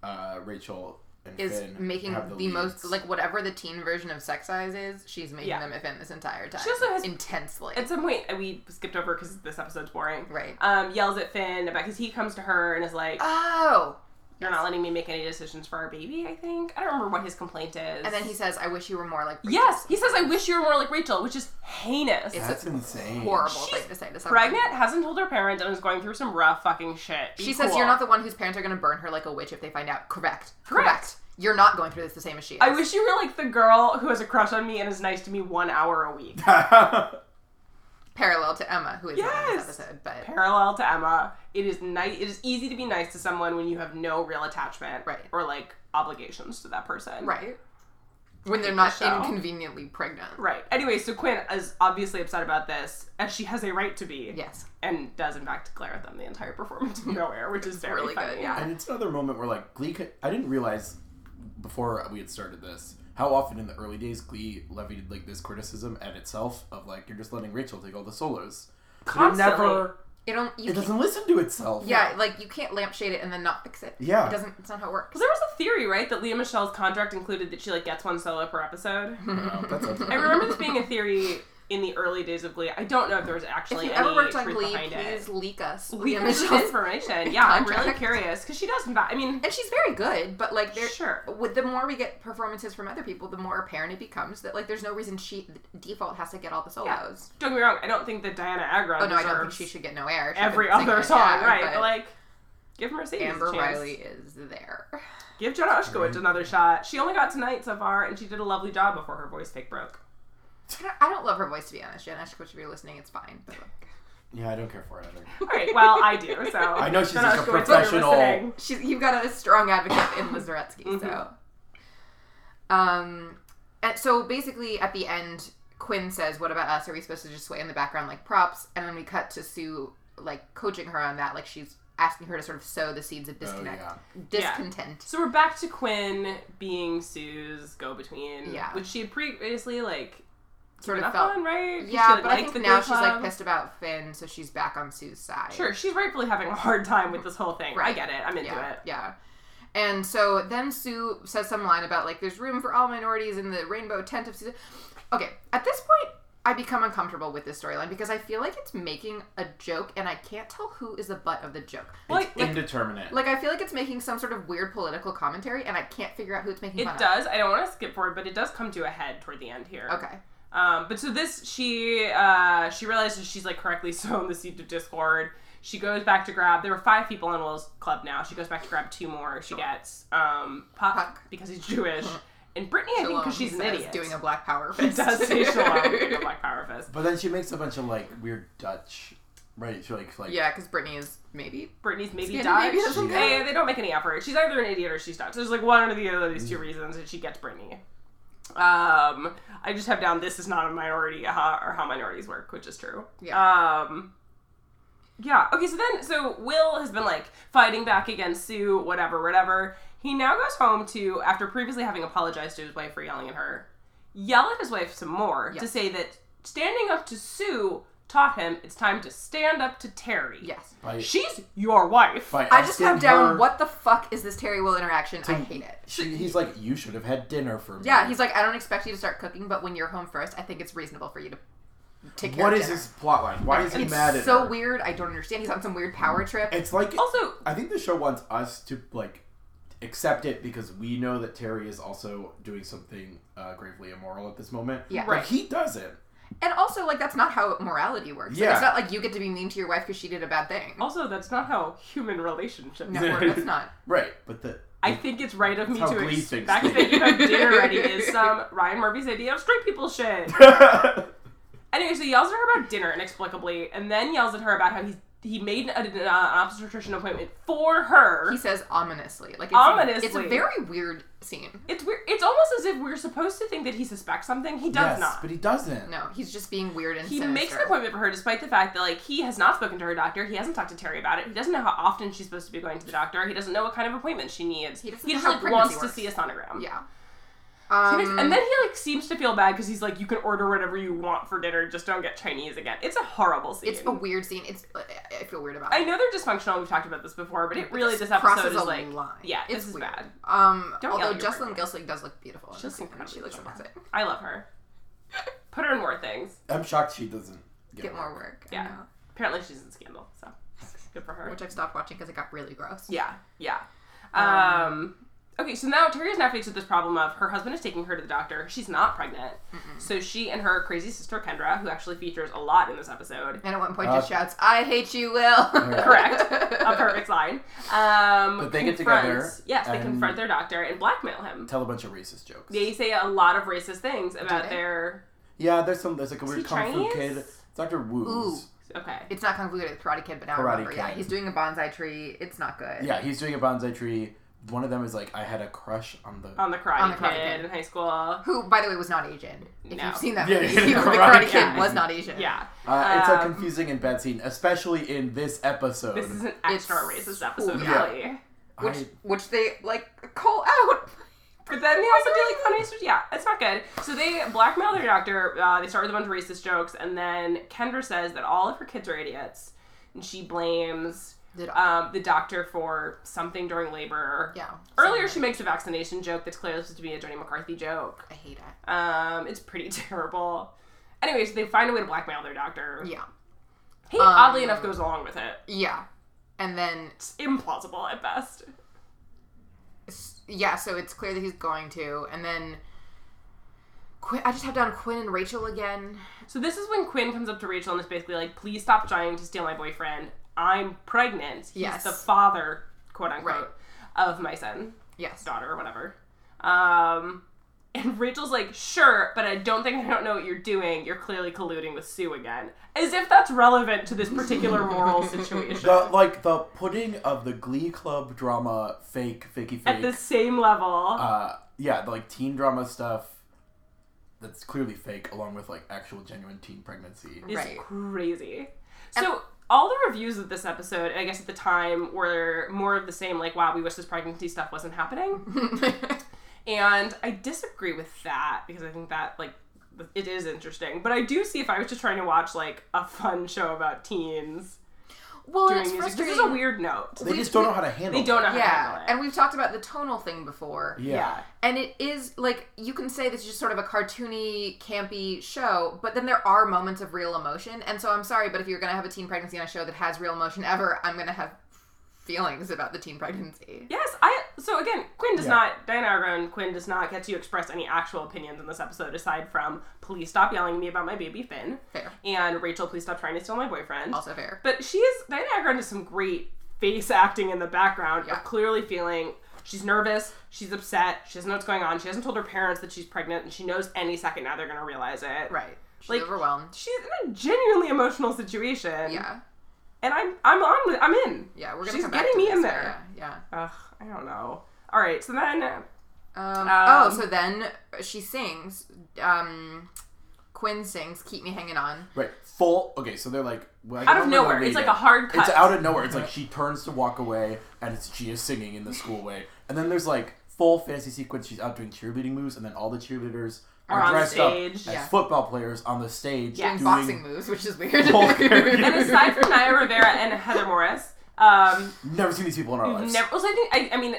A: uh, Rachel and
B: Is
A: Finn
B: making
A: have
B: the,
A: leads.
B: most like whatever the teen version of sex size is, she's making
C: Yeah.
B: them offend this entire time.
C: She also has-
B: intensely.
C: At some point, we skipped over because this episode's boring.
B: Right.
C: Um, yells at Finn about because he comes to her and is like,
B: oh,
C: "You're not letting me make any decisions for our baby." I think I don't remember what his complaint is.
B: and then he says, "I wish you were more like." Rachel."
C: Yes, he says, "I wish you were more like Rachel," which is heinous.
B: It's
A: That's insane.
B: horrible
C: She's
B: thing to say to someone.
C: Pregnant, hasn't told her parents, and is going through some rough fucking shit. Be
B: She says
C: cool.
B: you're not the one whose parents are going to burn her like a witch if they find out. Correct.
C: Correct.
B: Correct. You're not going through this the same as she is.
C: I wish you were like the girl who has a crush on me and is nice to me one hour a week.
B: Parallel to Emma, who is not in this
C: Yes.
B: episode, but
C: Parallel to Emma, it is nice. It is easy to be nice to someone when you have no real attachment,
B: Right.
C: or like obligations to that person,
B: right when they're not
C: so.
B: inconveniently pregnant.
C: Right. Anyway, so Quinn is obviously upset about this, as she has a right to be.
B: Yes.
C: And does in fact glare at them the entire performance from nowhere, which is very
B: really
C: funny.
B: good.
C: Yeah.
A: And it's another moment where like Glee. Could, I didn't realize before we had started this how often in the early days Glee levied like this criticism at itself of like you're just letting Rachel take all the solos. But
C: Constantly.
A: It never.
B: It don't. You
A: It
B: can't,
A: doesn't listen to itself.
B: yeah, like you can't lampshade it and then not fix it.
A: Yeah.
B: It doesn't. It's not how it works.
C: Because there was a theory, right, that Leah Michelle's contract included that she like gets one solo per episode.
A: Wow, that's
C: I remember this being a theory in the early days of Glee. I don't know if there was
B: If
C: actually
B: you
C: any
B: ever worked on
C: truth
B: Glee,
C: behind
B: please
C: it.
B: leak us.
C: Leah
B: Leah
C: Michelle's
B: Michelle's-
C: information. Yeah, I'm really
B: contract.
C: curious because she does. In fact, I mean,
B: And she's very good, but like, there,
C: Sure.
B: With the more we get performances from other people, the more apparent it becomes that like, there's no reason she default has to get all the solos.
C: don't get me wrong. I don't think that Diana Agron
B: Oh no, I
C: deserves
B: don't think she should get no air. She
C: every
B: couldn't sing
C: other
B: it,
C: song,
B: yeah,
C: right?
B: but
C: But, like, give Mercedes
B: Amber
C: a chance.
B: Riley is there.
C: Give Jenna Oshkowicz
A: Mm-hmm.
C: another shot. She only got tonight so far, and she did a lovely job before her voice fake broke.
B: I don't, I don't love her voice to be honest. Jen Ashkowitz, if you're listening, it's fine. But
A: yeah, I don't care for it either.
C: All right, well, I do. So I
A: know she's
C: Jenna
A: just a
C: Oshkowitz, if you're
A: professional-
C: listening,
B: she's you've got a strong advocate in Liz Zaretsky, so. Um, and so basically at the end, Quinn says, "What about us? Are we supposed to just sway in the background like props?" And then we cut to Sue like coaching her on that, like she's asking her to sort of sow the seeds
A: Oh,
B: of disconnect, discontent.
C: So we're back to Quinn being Sue's go-between,
B: Yeah.
C: which she had previously like
B: Sort
C: given
B: of
C: up
B: felt.
C: on, right? 'Cause she,
B: Yeah,
C: like,
B: but I
C: liked
B: think
C: the
B: now
C: Glee
B: she's like
C: Club.
B: pissed about Finn, so she's back on Sue's side.
C: Sure, she's rightfully having a hard time with this whole thing. I
B: Right.
C: get it. I'm into
B: yeah,
C: it.
B: Yeah. And so then Sue says some line about like there's room for all minorities in the rainbow tent of Susan. Okay, at this point I become uncomfortable with this storyline because I feel like it's making a joke and I can't tell who is the butt of the joke.
C: Well,
A: It's
C: like-
A: indeterminate.
B: Like I feel like it's making some sort of weird political commentary and I can't figure out who it's making
C: It
B: fun
C: does. I don't want to skip forward, but it does come to a head toward the end here.
B: of. Okay.
C: Um, but so this, she uh, she realizes she's like correctly sown the seed of discord. She goes back to grab. There were five people in Will's club now. She goes back to grab two more. She gets um, Puck,
B: Puck.
C: because he's Jewish, and Brittany I think
B: Shalom,
C: because she's
B: he
C: an
B: says,
C: idiot.
B: Doing a black power
C: it
B: fist.
C: does say Shalom, with the Black Power Fist.
A: but then she makes a bunch of like weird Dutch, right? She like like
B: yeah, because Brittany is maybe
C: Brittany's maybe Dutch.
B: Scandinavian or something?
C: They, they don't make any effort. She's either an idiot or she's Dutch. There's like one of the other these
B: Mm.
C: two reasons, and she gets Brittany. Um, I just have down this is not a minority uh, or how minorities work, which is true. Yeah. Um, yeah. Okay. So then, so Will has been like fighting back against Sue, whatever, whatever. He now goes home to after previously having apologized to his wife for yelling at her, yell at his wife some more to
B: Yes.
C: say that standing up to Sue taught him it's time to stand up to Terry.
B: yes.
A: by,
C: She's your wife.
A: by
B: I just
A: asking
B: have down
A: her-
B: what the fuck is this Terry Will interaction? I hate it.
A: She, he's like, you should have had dinner for me.
B: Yeah, he's like, I don't expect you to start cooking, but when you're home first, I think it's reasonable for you to take care
A: What
B: of
A: is
B: dinner.
A: his plot line? Why is he
B: It's
A: mad at
B: so
A: her?
B: weird. I don't understand. He's on some weird power trip.
A: It's like
C: Also,
A: I think the show wants us to like accept it because we know that Terry is also doing something uh, gravely immoral at this moment.
B: Yeah.
A: but he doesn't.
B: And also, like, that's not how morality works. Like,
A: Yeah.
B: it's not like you get to be mean to your wife because she did a bad thing.
C: also that's not how human relationships
B: No,
C: work.
B: that's not.
A: Right, but the
C: I think it's right of me
A: That's how
C: to
A: Glee thinks
C: expect
A: they-
C: that you have dinner ready is some Ryan Murphy's idea of straight people shit. Anyway, so he yells at her about dinner inexplicably, and then yells at her about how he's he made an, uh, an obstetrician appointment for her.
B: He says ominously. Like, it's,
C: Ominously.
B: it's a very weird scene.
C: it's weird. It's almost as if we're supposed to think that he suspects something. He does
A: yes,
C: not.
A: but he doesn't.
B: No, he's just being weird and
C: he
B: sinister.
C: makes an appointment for her despite the fact that like he has not spoken to her doctor he hasn't talked to terry about it he doesn't know how often she's supposed to be going to the doctor he doesn't know what kind of appointment she needs
B: He doesn't
C: he
B: know
C: just
B: how
C: like
B: pregnancy
C: wants
B: works.
C: to see a sonogram
B: Yeah.
C: So he makes-
B: Um,
C: and then he like seems to feel bad because he's like you can order whatever you want for dinner just don't get chinese again it's a horrible scene
B: it's a weird scene. It's I feel weird about
C: I
B: it.
C: know they're dysfunctional. We've talked about this before, but it really this
B: crosses
C: episode is
B: a
C: like,
B: line.
C: yeah,
B: it's
C: this is
B: weird.
C: bad.
B: Um,
C: Don't yell
B: although
C: at your
B: Jocelyn
C: partner.
B: Gilsig does look beautiful. in
C: She looks
B: this scene, and She
C: incredible.
B: looks amazing.
C: I love her. Put her in more things.
A: I'm shocked she doesn't get,
B: Get more
A: work.
B: work. I
C: Yeah.
B: know.
C: Apparently, she's in Scandal, so good for her.
B: Which I've stopped watching because it got really gross.
C: Yeah, yeah. Um, okay, so now Terry is now faced with this problem of her husband is taking her to the doctor. She's not pregnant, so she and her crazy sister Kendra, who actually features a lot in this episode,
B: And at one point,
A: Uh,
B: just shouts, "I hate you, Will."
C: correct, a perfect line. Um,
A: But they get
C: confront-
A: together
C: Yes, they
A: and-
C: confront their doctor and blackmail him.
A: Tell a bunch of racist jokes.
C: They say a lot of racist things about
B: they?
C: their
A: Yeah, there's some. There's like a
C: he
A: weird kung fu
C: Chinese?
A: kid. Doctor Wu's.
C: okay.
B: It's not Kung Fu Kid, it's Karate Kid, but now I
A: Karate
B: remember. Yeah,
A: Kid.
B: he's doing a bonsai tree. It's not good.
A: Yeah, he's doing a bonsai tree. One of them is like, I had a crush on the.
C: On the karate,
B: On the Karate
C: kid,
B: Kid.
C: in high school.
B: Who, by the way, was not Asian. If
C: No.
B: you've seen that
A: Yeah,
B: movie,
A: yeah,
B: the
A: Karate
B: Karate Kid
C: Kid.
B: was not Asian.
C: Yeah.
A: uh, it's a
C: um,
A: confusing and bad scene, especially in this episode.
C: This is an extra
B: It's-
C: racist episode,
A: Yeah.
C: really.
B: Which,
A: I-
B: which they like call out.
C: But then they also do like funny stuff. Yeah, it's not good. So they blackmail their doctor. Uh, they start with a bunch of racist jokes, and then Kendra says that all of her kids are idiots, and she blames
B: Did
C: um, the doctor for something during labor.
B: Uh, yeah.
C: Earlier, she makes a vaccination joke that's clearly supposed to be a Johnny McCarthy joke.
B: I hate it.
C: Um, it's pretty terrible. Anyways, they find a way to blackmail their doctor.
B: Yeah,
C: He
B: Um,
C: oddly enough goes along with it.
B: yeah, and then
C: It's implausible at best.
B: s- yeah, so it's clear that he's going to, and then Quinn. I just have down Quinn and Rachel again.
C: So this is when Quinn comes up to Rachel and is basically like, "Please stop trying to steal my boyfriend. I'm pregnant. He's
B: Yes.
C: the father, quote unquote, of my son,
B: Yes,
C: daughter, or whatever." Um, and Rachel's like, "Sure, but I don't think I don't know what you're doing. You're clearly colluding with Sue again, as if that's relevant to this particular moral situation."
A: The like the pudding of the Glee Club drama, fake, fakey, fake.
C: At the same level,
A: uh, yeah, the, like teen drama stuff that's clearly fake, along with like actual genuine teen pregnancy.
C: is
B: right.
C: crazy. So. All the reviews of this episode, I guess at the time, were more of the same, like, wow, we wish this pregnancy stuff wasn't happening. And I disagree with that because I think that like it is interesting. But I do see if I was just trying to watch like a fun show about teens
B: well, and
C: doing
B: it's
C: music.
B: frustrating.
C: This is a weird eh? note.
A: They just don't know how to handle.
C: They don't know
A: It.
C: how to
B: yeah,
C: handle it.
B: and we've talked about the tonal thing before.
A: Yeah.
C: yeah.
B: And it is like you can say this is just sort of a cartoony, campy show, but then there are moments of real emotion. And so I'm sorry, but if you're gonna have a teen pregnancy on a show that has real emotion ever, I'm gonna have feelings about the teen pregnancy.
C: Yes, I. So again, Quinn does
A: Yeah.
C: not. Diana Argon Quinn does not get to express any actual opinions in this episode aside from please stop yelling at me about my baby Finn
B: Fair.
C: and Rachel, please stop trying to steal my boyfriend.
B: Also fair.
C: But she is Diana Agron does some great face acting in the background
B: Yeah.
C: of clearly feeling she's nervous, she's upset, she doesn't know what's going on, she hasn't told her parents that she's pregnant, and she knows any second now they're gonna realize it.
B: Right. She's
C: Like-
B: overwhelmed.
C: She's in a genuinely emotional situation.
B: Yeah.
C: And I'm I'm on with I'm in.
B: Yeah. We're gonna
C: She's
B: come back
C: getting
B: to
C: me
B: this,
C: in
B: but
C: there.
B: Yeah. yeah.
C: Ugh, I don't know. Alright, so then uh,
B: Um,
C: Um,
B: oh, so then she sings. Um, Quinn sings "Keep Me Hanging On."
A: Right. Full. Okay, so they're like well, I
C: out of
A: don't know
C: nowhere,
A: what
C: it's
A: they
C: like
A: did.
C: a hard cut.
A: It's out of nowhere. It's like she turns to walk away, and it's she is singing in the school way, and then there's like full fantasy sequence. She's out doing cheerleading moves, and then all the cheerleaders are,
C: Are on
A: dressed
C: stage.
A: up as
B: Yeah.
A: football players on the stage
C: Yeah.
B: And
A: doing
B: boxing moves, which is weird.
A: Full character.
C: and aside from Naya Rivera and Heather Morris, um,
A: Never seen these people in our lives.
C: Never. Also, I think I, I mean,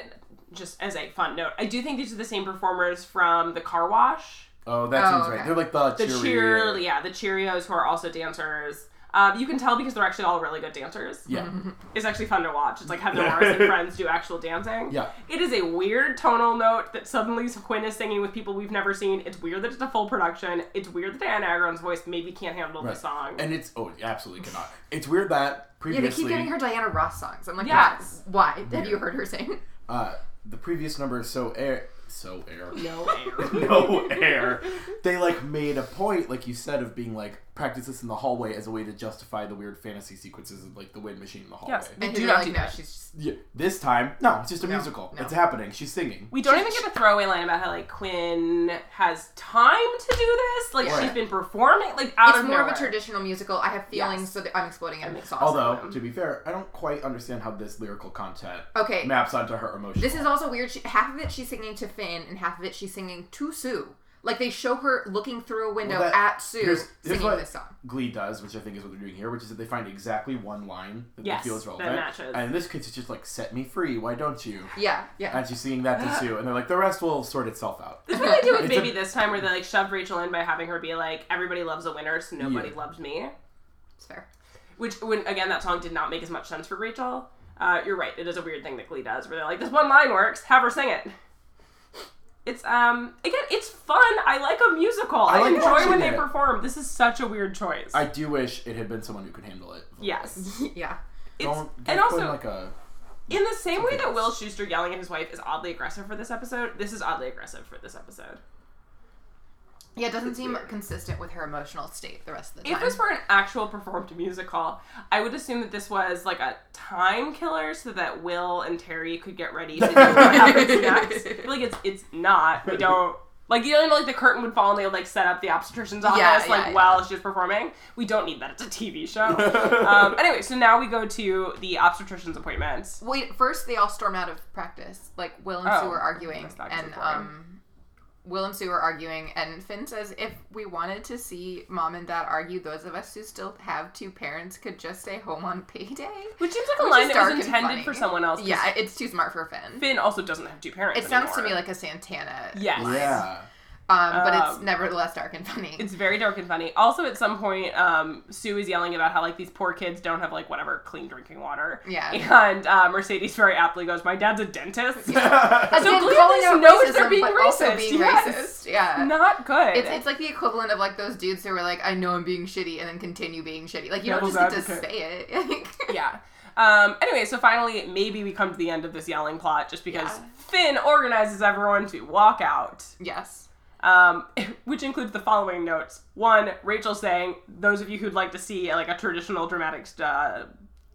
C: just as a fun note, I do think these are the same performers from the Car Wash.
A: Oh, that
B: Oh,
A: seems right.
B: okay.
A: They're like the,
C: The
A: cheerleader.
C: cheer, yeah, the Cheerios who are also dancers. Um, you can tell because they're actually all really good dancers.
A: Yeah.
C: It's actually fun to watch. It's like Heather Morris and friends do actual dancing.
A: Yeah.
C: It is a weird tonal note that suddenly Quinn is singing with people we've never seen. It's weird that it's a full production. It's weird that Diana Agron's voice maybe can't handle
A: Right.
C: the song.
A: And it's oh, it absolutely cannot. It's weird that
B: Yeah, they
A: previously,
B: keep getting her Diana Ross songs. I'm like,
C: Yes.
B: why? Why? Have you heard her sing?
A: uh, the previous number so air, so air,
C: no air.
A: no air. They like made a point, like you said, of being like practice this in the hallway as a way to justify the weird fantasy sequences of like the wind machine in the hallway.
C: Yes. They
B: And
C: do
B: you're
C: not
B: like,
C: do
B: no,
C: that.
B: she's just
A: Yeah, this time, no, it's just a
B: No,
A: musical.
B: no.
A: It's happening. She's singing.
C: We don't even get the throwaway line about how like Quinn has time to do this. Like
A: Yeah.
C: she's been performing like out
B: it's
C: of
B: more
C: nowhere.
B: of a traditional musical. I have feelings,
C: Yes.
B: so that I'm exploding in songs.
A: Although, to be fair, I don't quite understand how this lyrical content
B: okay,
A: maps onto her emotion.
B: this is also weird. She, half of it she's singing to Finn, and half of it she's singing to Sue. Like they show her looking through a window
A: that-
B: at Sue
A: here's- here's
B: singing
A: what-
B: this song.
A: Glee does, which I think is what they're doing here, which is that they find exactly one line that
C: Yes,
A: they feel is
C: that
A: relevant.
C: matches.
A: And in this case, it's just like, set me free, why don't you?
B: Yeah, yeah.
A: And she's singing that to Sue, and they're like, the rest will sort itself out.
C: That's what they do with
A: It's a-
C: Baby this time, where they like shoved Rachel in by having her be like, "Everybody loves a winner, so nobody
A: Yeah.
C: loves me."
B: It's fair.
C: Which, when again, that song did not make as much sense for Rachel. Uh, you're right; it is a weird thing that Glee does, where they're like, "This one line works, have her sing it." It's um again, it's fun. I like a musical. I,
A: like
C: enjoy
A: watching
C: when they
A: it.
C: perform. This is such a weird choice.
A: I do wish it had been someone who could handle it.
C: yes,
B: yeah.
C: It's-
A: Don't give
C: and
A: Quinn,
C: also
A: like a
C: in the same way that
A: else.
C: Will Schuster yelling at his wife is oddly aggressive for this episode. This is oddly aggressive for this episode.
B: Yeah, it doesn't seem consistent with her emotional state the rest of the
C: If
B: time.
C: this were an actual performed musical, I would assume that this was like a time killer so that Will and Terry could get ready to do what happens next. But, Like it's it's not. We don't like you know like the curtain would fall and they would like set up the obstetrician's office
B: Yeah, yeah,
C: like
B: yeah.
C: while she's performing. We don't need that. It's a TV show. um, anyway, so now we go to the obstetrician's appointments.
B: Wait, first they all storm out of practice. Like Will and
C: Oh,
B: Sue are arguing,
C: that's not
B: and
C: too boring.
B: um, Will and Sue are arguing, and Finn says, "If we wanted to see mom and dad argue, those of us who still have two parents could just stay home on payday."
C: Which seems like a
B: Which
C: line
B: is
C: that
B: dark and
C: was intended
B: funny.
C: for someone else. 'cause
B: Yeah, it's too smart for Finn.
C: Finn also doesn't have two parents.
B: It sounds to
C: anymore.
B: me like a Santana.
C: Yes.
A: yeah.
B: Um, but it's
C: Um,
B: nevertheless dark and funny.
C: It's very dark and funny. Also, at some point, um, Sue is yelling about how like these poor kids don't have like whatever clean drinking water.
B: Yeah.
C: And uh, Mercedes very aptly goes, "My dad's a dentist."
B: Again,
C: so Glee at
B: calling
C: least
B: out
C: knows they're
B: racism,
C: being
B: but also
C: racist.
B: being
C: Yes.
B: racist. Yeah.
C: Not good.
B: It's, it's like the equivalent of like those dudes who were like, I know I'm being shitty and then continue being shitty. Like you
C: Devil's
B: don't just get
C: advocate.
B: to say it.
C: yeah. Um, anyway, so finally, maybe we come to the end of this yelling plot just because
B: Yeah.
C: Finn organizes everyone to walk out,
B: yes.
C: um, which includes the following notes. One, Rachel saying, those of you who'd like to see like a traditional dramatic uh,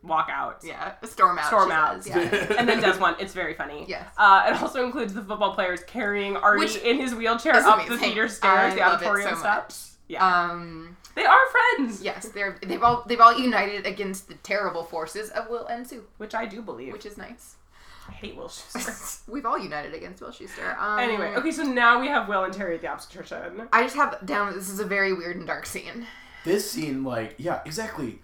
C: walkout,
B: Yeah. Storm out.
C: Storm
B: she
C: out.
B: says, Yeah.
C: and then does one. It's very funny.
B: Yes.
C: Uh, it also includes the football players carrying Artie
B: Which
C: in his wheelchair
B: is
C: up the
B: amazing.
C: theater stairs,
B: I
C: the
B: love it
C: auditorium
B: so
C: steps. Yeah.
B: um.
C: they are friends.
B: Yes. They're they've all they've all united against the terrible forces of Will and Sue,
C: Which I do believe.
B: which is nice.
C: I hate Will Schuster.
B: We've all united against Will Schuster. Um,
C: anyway, okay, so now we have Will and Terry at the obstetrician.
B: I just have down. that This is a very weird and dark scene.
A: This scene, like, yeah, exactly.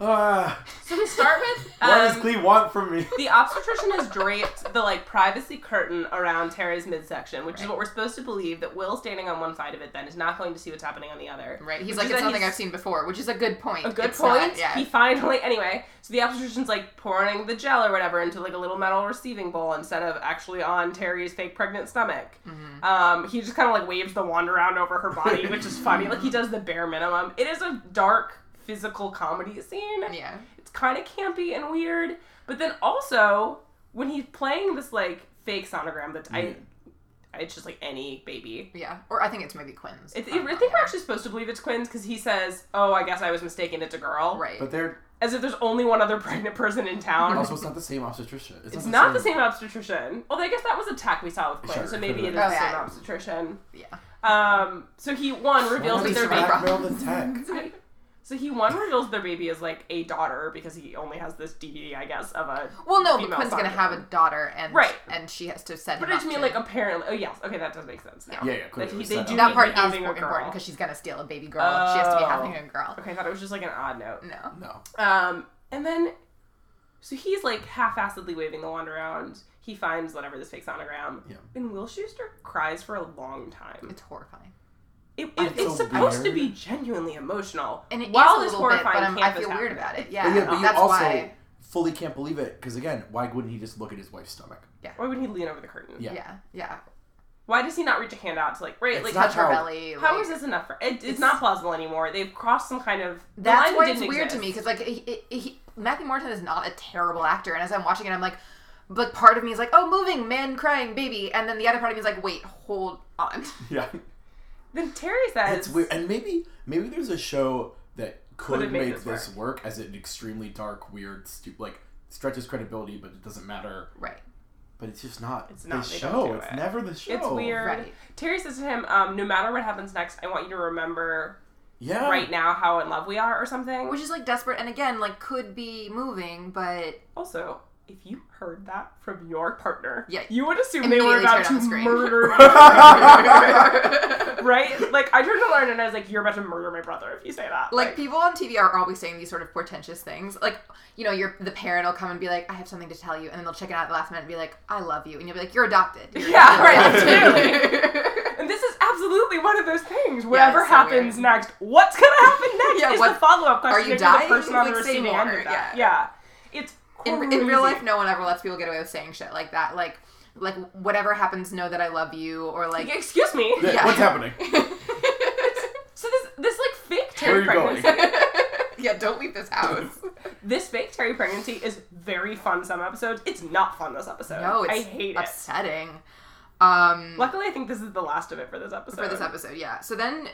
A: Ah,
C: So we start with
A: what does
C: um,
A: Glee want from me?
C: the obstetrician has draped the like privacy curtain around Terry's midsection, which is what we're supposed to believe that Will standing on one side of it then is not going to see what's happening on the other.
B: Right. He's
C: Which
B: like,
C: is
B: it's
C: that
B: something
C: he's-
B: I've seen before, which is a good point.
C: a good
B: It's
C: point.
B: not- yeah.
C: He finally, anyway, so the obstetrician's like pouring the gel or whatever into like a little metal receiving bowl instead of actually on Terry's fake pregnant stomach.
B: Mm-hmm.
C: Um, he just kind of like waves the wand around over her body, which is funny. Like he does the bare minimum. It is a dark physical comedy scene.
B: yeah.
C: It's kind of campy and weird, but then also when he's playing this like fake sonogram that I, it's just like any baby.
B: Yeah. Or I think it's maybe Quinn's.
C: It's, I think we're actually supposed to believe it's Quinn's because he says, "Oh, I guess I was mistaken. It's a girl."
B: right.
A: But they're
C: as if there's only one other pregnant person in town.
A: also, it's not the same obstetrician. It's,
C: it's not the same obstetrician. Although I guess that was a tack we saw with Quinn,
A: Sure,
C: so maybe
A: could've
C: it is the
B: been. Oh,
C: same
B: yeah.
C: obstetrician.
B: yeah.
C: Um, so he one reveals
A: Why
C: that
A: does
C: their
B: Please
C: baby.
B: remember.
A: blackmail the tech?
C: So he one reveals their baby is like a daughter because he only has this DVD, I guess, of a.
B: Well, no, but
C: female
B: Quinn's gonna
C: sonogram.
B: have a daughter, and
C: Right.
B: and she has to set him
C: But I
B: up.
C: just mean
B: to-
C: like apparently. Oh yes, okay, that does make sense now.
A: Yeah, yeah,
C: That
A: clearly
C: he,
A: it was
C: they
A: set
C: do
A: up.
B: that
C: need
B: part
C: to
B: is
C: be having
B: more
C: a girl. Oh.
B: important because she's gonna steal a baby girl. and She has to be having a girl.
C: Okay, I thought it was just like an odd note.
B: No.
A: No.
C: Um, and then, so he's like half-assedly waving the wand around. He finds whatever this fake sonogram.
A: Yeah.
C: And Will Schuster cries for a long time.
B: It's horrifying.
C: It, it-
A: I'm
C: it's
A: so
C: supposed to
A: weird.
C: be genuinely emotional.
B: And it is
C: while
B: a
C: this
B: little bit, but
C: horrifying
B: I'm, I
C: camp is
B: feel weird
C: happening.
B: about it.
A: But
B: Yeah,
A: yeah, but you
B: that's
A: also
B: why.
A: fully can't believe it because again, why wouldn't he just look at his wife's stomach?
C: Why would he lean over the curtain?
A: Yeah.
B: Yeah, yeah.
C: Why does he not reach a hand out to like right?
A: It's
C: like
A: not
B: Touch her
A: how-
B: belly.
C: how
B: like-
C: is this enough? For, it, it's, not plausible anymore. They've crossed some kind of. the
B: That's
C: line
B: why it's
C: didn't
B: weird to me
C: exist.
B: because like he, he, he, Matthew Morton is not a terrible actor, and as I'm watching it, I'm like, like part of me is like, oh, moving man crying baby, and then the other part of me is like, wait, hold on.
A: Yeah.
C: Then Terry says,
A: It's weird. And maybe maybe there's a show that could
C: Could've made
A: make
C: this
A: this work as an extremely dark, weird, stupid like stretches credibility, but it doesn't matter.
B: right.
A: But it's just not
C: It's
A: it's
C: not-
A: the
C: they don't
A: show.
C: do
A: It's
C: it.
A: never the show.
C: It's weird.
B: Right.
C: Terry says to him, um, "No matter what happens next, I want you to remember
B: Oh.
A: Yeah.
C: right now how in love we are, or something."
B: Which is like desperate, and again, like could be moving, but
C: also, if you heard that from your partner,
B: Yeah.
C: you would assume they were
B: Immediately
C: about
B: turn on
C: to
B: the screen.
C: murder,
B: like
C: right? Like I turned to Lauren and I was like, "You're about to murder my brother if you say that."
B: people on TV are always saying these sort of portentous things. Like you know, your the parent will come and be like, I have something to tell you, and then they'll check it out at the last minute and be like, I love you, and you'll be like, you're adopted. You're
C: Yeah, right,
B: Clearly.
C: and this is absolutely one of those things. Whatever
B: it's so
C: happens
B: weird.
C: next, what's gonna happen next
B: Yeah,
C: is
B: what-
C: the follow-up question.
B: you
C: to the
B: dying?
C: person on the
B: Like, say
C: receiving end
B: more,
C: of that. Yeah, it's
B: in, in real
C: crazy.
B: life, no one ever lets people get away with saying shit like that. Like, like whatever happens, know that I love you, or like,
C: Excuse me.
A: Yeah,
B: Yeah.
A: What's happening?
C: So this this like fake
A: Where are
C: Terry
A: you
C: pregnancy.
B: yeah, don't leave this house.
C: This fake Terry pregnancy is very fun some episodes. It's not fun this episode.
B: No, it's
C: I hate it.
B: upsetting. Um,
C: Luckily, I think this is the last of it for this episode.
B: for this episode, yeah. So then,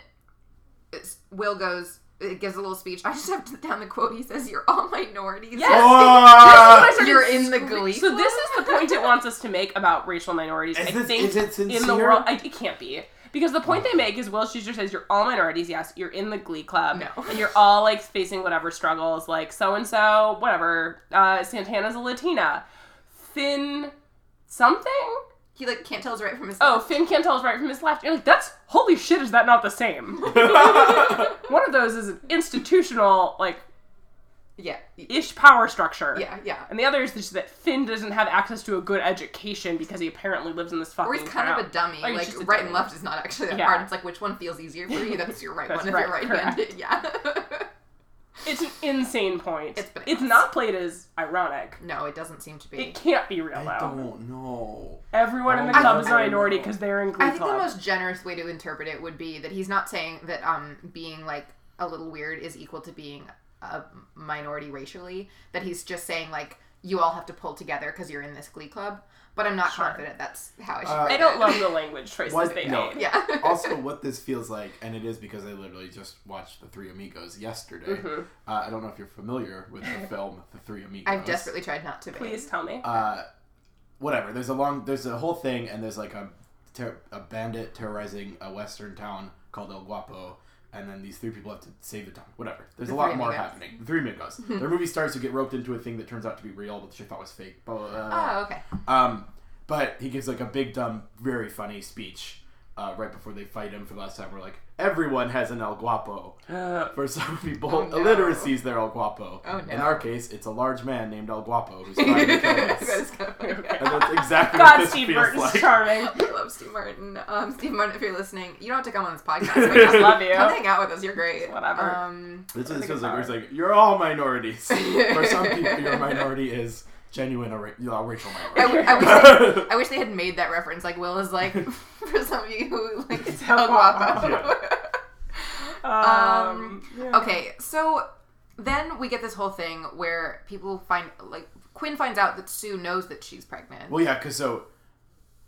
B: it's, Will goes, it gives a little speech. I just have to down the quote. He says, "You're all minorities.
C: Yes.
A: Oh!
C: started
B: you're in the
C: screaming.
B: glee."
C: So this is the point it wants us to make about racial minorities.
A: Is
C: I
A: this-
C: think
A: is it
C: in the
A: sincere?
C: world, I, it can't be because the point they make is Will Schuster says you're all minorities. Yes, you're in the Glee Club,
B: No.
C: and you're all like facing whatever struggles, like so and so, whatever. Uh, Santana's a Latina, Finn, something.
B: he like can't tell his right from his.
C: Oh, Finn can't tell his right from his left. You're like, that's holy shit. Is that not the same? One of those is an institutional like
B: yeah, y-
C: ish power structure.
B: yeah, yeah.
C: And the other is just that Finn doesn't have access to a good education because he apparently lives in this fucking.
B: Or he's kind
C: town.
B: of a dummy.
C: Or he's
B: Like
C: just a
B: right and
C: dummy.
B: left is not actually that
C: Yeah.
B: hard. It's like which one feels easier for you? That's your right
C: That's
B: one. If
C: right,
B: you're right-handed, yeah.
C: It's an insane point.
B: It's bananas.
C: it's not played as ironic.
B: No, it doesn't seem to be.
C: It can't be real
A: I
C: though.
A: don't know.
C: Everyone in the
A: I
C: club
A: don't
C: is a minority
A: know.
C: because they're in Glee
B: I think the
C: Club.
B: most generous way to interpret it would be that he's not saying that um being like a little weird is equal to being a minority racially. That he's just saying like you all have to pull together because you're in this glee club. But I'm not
C: Sure.
B: confident that's how I should.
A: Uh,
B: write
C: I don't
B: it.
C: love the language choices
A: What?
C: they
A: No.
C: made.
B: Yeah.
A: also, what this feels like, and it is because I literally just watched The Three Amigos yesterday.
C: Mhm.
A: Uh, I don't know if you're familiar with the film The Three Amigos.
B: Mm-hmm. I've desperately tried not to be.
C: Please tell me.
A: Uh, whatever. There's a long. There's a whole thing, and there's like a ter- a bandit terrorizing a western town called El Guapo, and then these three people have to save the town. Whatever. There's
B: The
A: a lot
B: Three
A: more
B: Amigos.
A: happening. The Three Amigos. Their movie stars who get roped into a thing that turns out to be real, but she thought was fake. Blah, blah, blah, blah.
B: Oh, okay.
A: Um, but he gives like a big, dumb, very funny speech uh, right before they fight him for the last time. We're like, everyone has an El Guapo.
C: Uh,
A: For some people,
B: Oh, no.
A: illiteracy is their El Guapo.
B: Oh,
A: In
B: no.
A: our case, it's a large man named El Guapo who's trying to kill
B: that
A: us.
B: is kind of funny.
A: and that's exactly what
C: God,
A: this
C: Steve
A: feels
C: Burton's
A: like.
C: charming.
B: I love Steve Martin. Um, Steve Martin, if you're listening, you don't have to come on this podcast.
A: We just
C: love you.
B: Come hang out with us. You're great.
C: Whatever.
B: Um,
A: This
C: I
A: is
C: think
A: feels
C: it's
A: like where
C: hard.
A: it's like you're all minorities. For some people, your minority is genuine or ra- you know, racial
B: I,
A: minority.
B: w- I wish they, I wish they had made that reference. Like Will is like for some of you who like it's El Guapo.
C: um, yeah.
B: Okay, so then we get this whole thing where people find like Quinn finds out that Sue knows that she's pregnant.
A: well, yeah, because so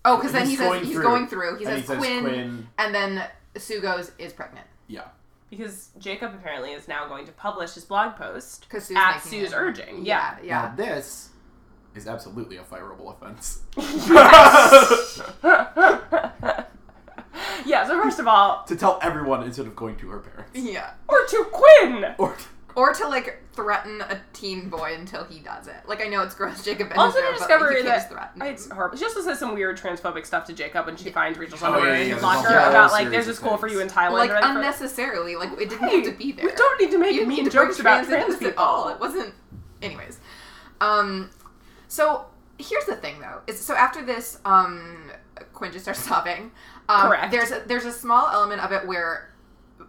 B: oh, because then
A: he's
B: he says
A: going
B: he's
A: through,
B: going through. He
A: and
B: says,
A: he says
B: Quinn,
A: Quinn.
B: and then Sue goes is pregnant.
A: yeah,
C: Because Jacob apparently is now going to publish his blog post
B: 'Cause Sue's
C: at
B: making
C: Sue's
B: it.
C: urging. Yeah.
B: yeah. yeah.
A: Now, this is absolutely a fireable offense.
C: yeah, so first of all,
A: to tell everyone instead of going to her parents.
B: Yeah.
C: or to Quinn.
A: Or
B: Or to like threaten a teen boy until he does it. Like I know it's gross, Jacob. And
C: Also,
B: Sarah,
C: to
B: but,
C: discover
B: like, you can't
C: that
B: just threaten him.
C: it's horrible. She also says some weird transphobic stuff to Jacob when she finds Rachel's
A: Oh, yeah,
C: underwear
A: yeah,
C: in
A: yeah,
C: his
A: there's
C: locker
B: a whole
C: about like
A: series
C: there's
A: of
C: a school for you in
A: things.
C: Thailand.
B: like
C: or, for-
B: unnecessarily. Like it didn't
C: Hey,
B: need to be there.
C: We don't need to make
B: you didn't need to
C: mean
B: bring
C: jokes about
B: trans into
C: trans
B: this
C: people.
B: at all. It wasn't. Anyways, um, so here's the thing though. Is so after this, um, Quinn just starts sobbing. Um,
C: Correct.
B: There's a, there's a small element of it where,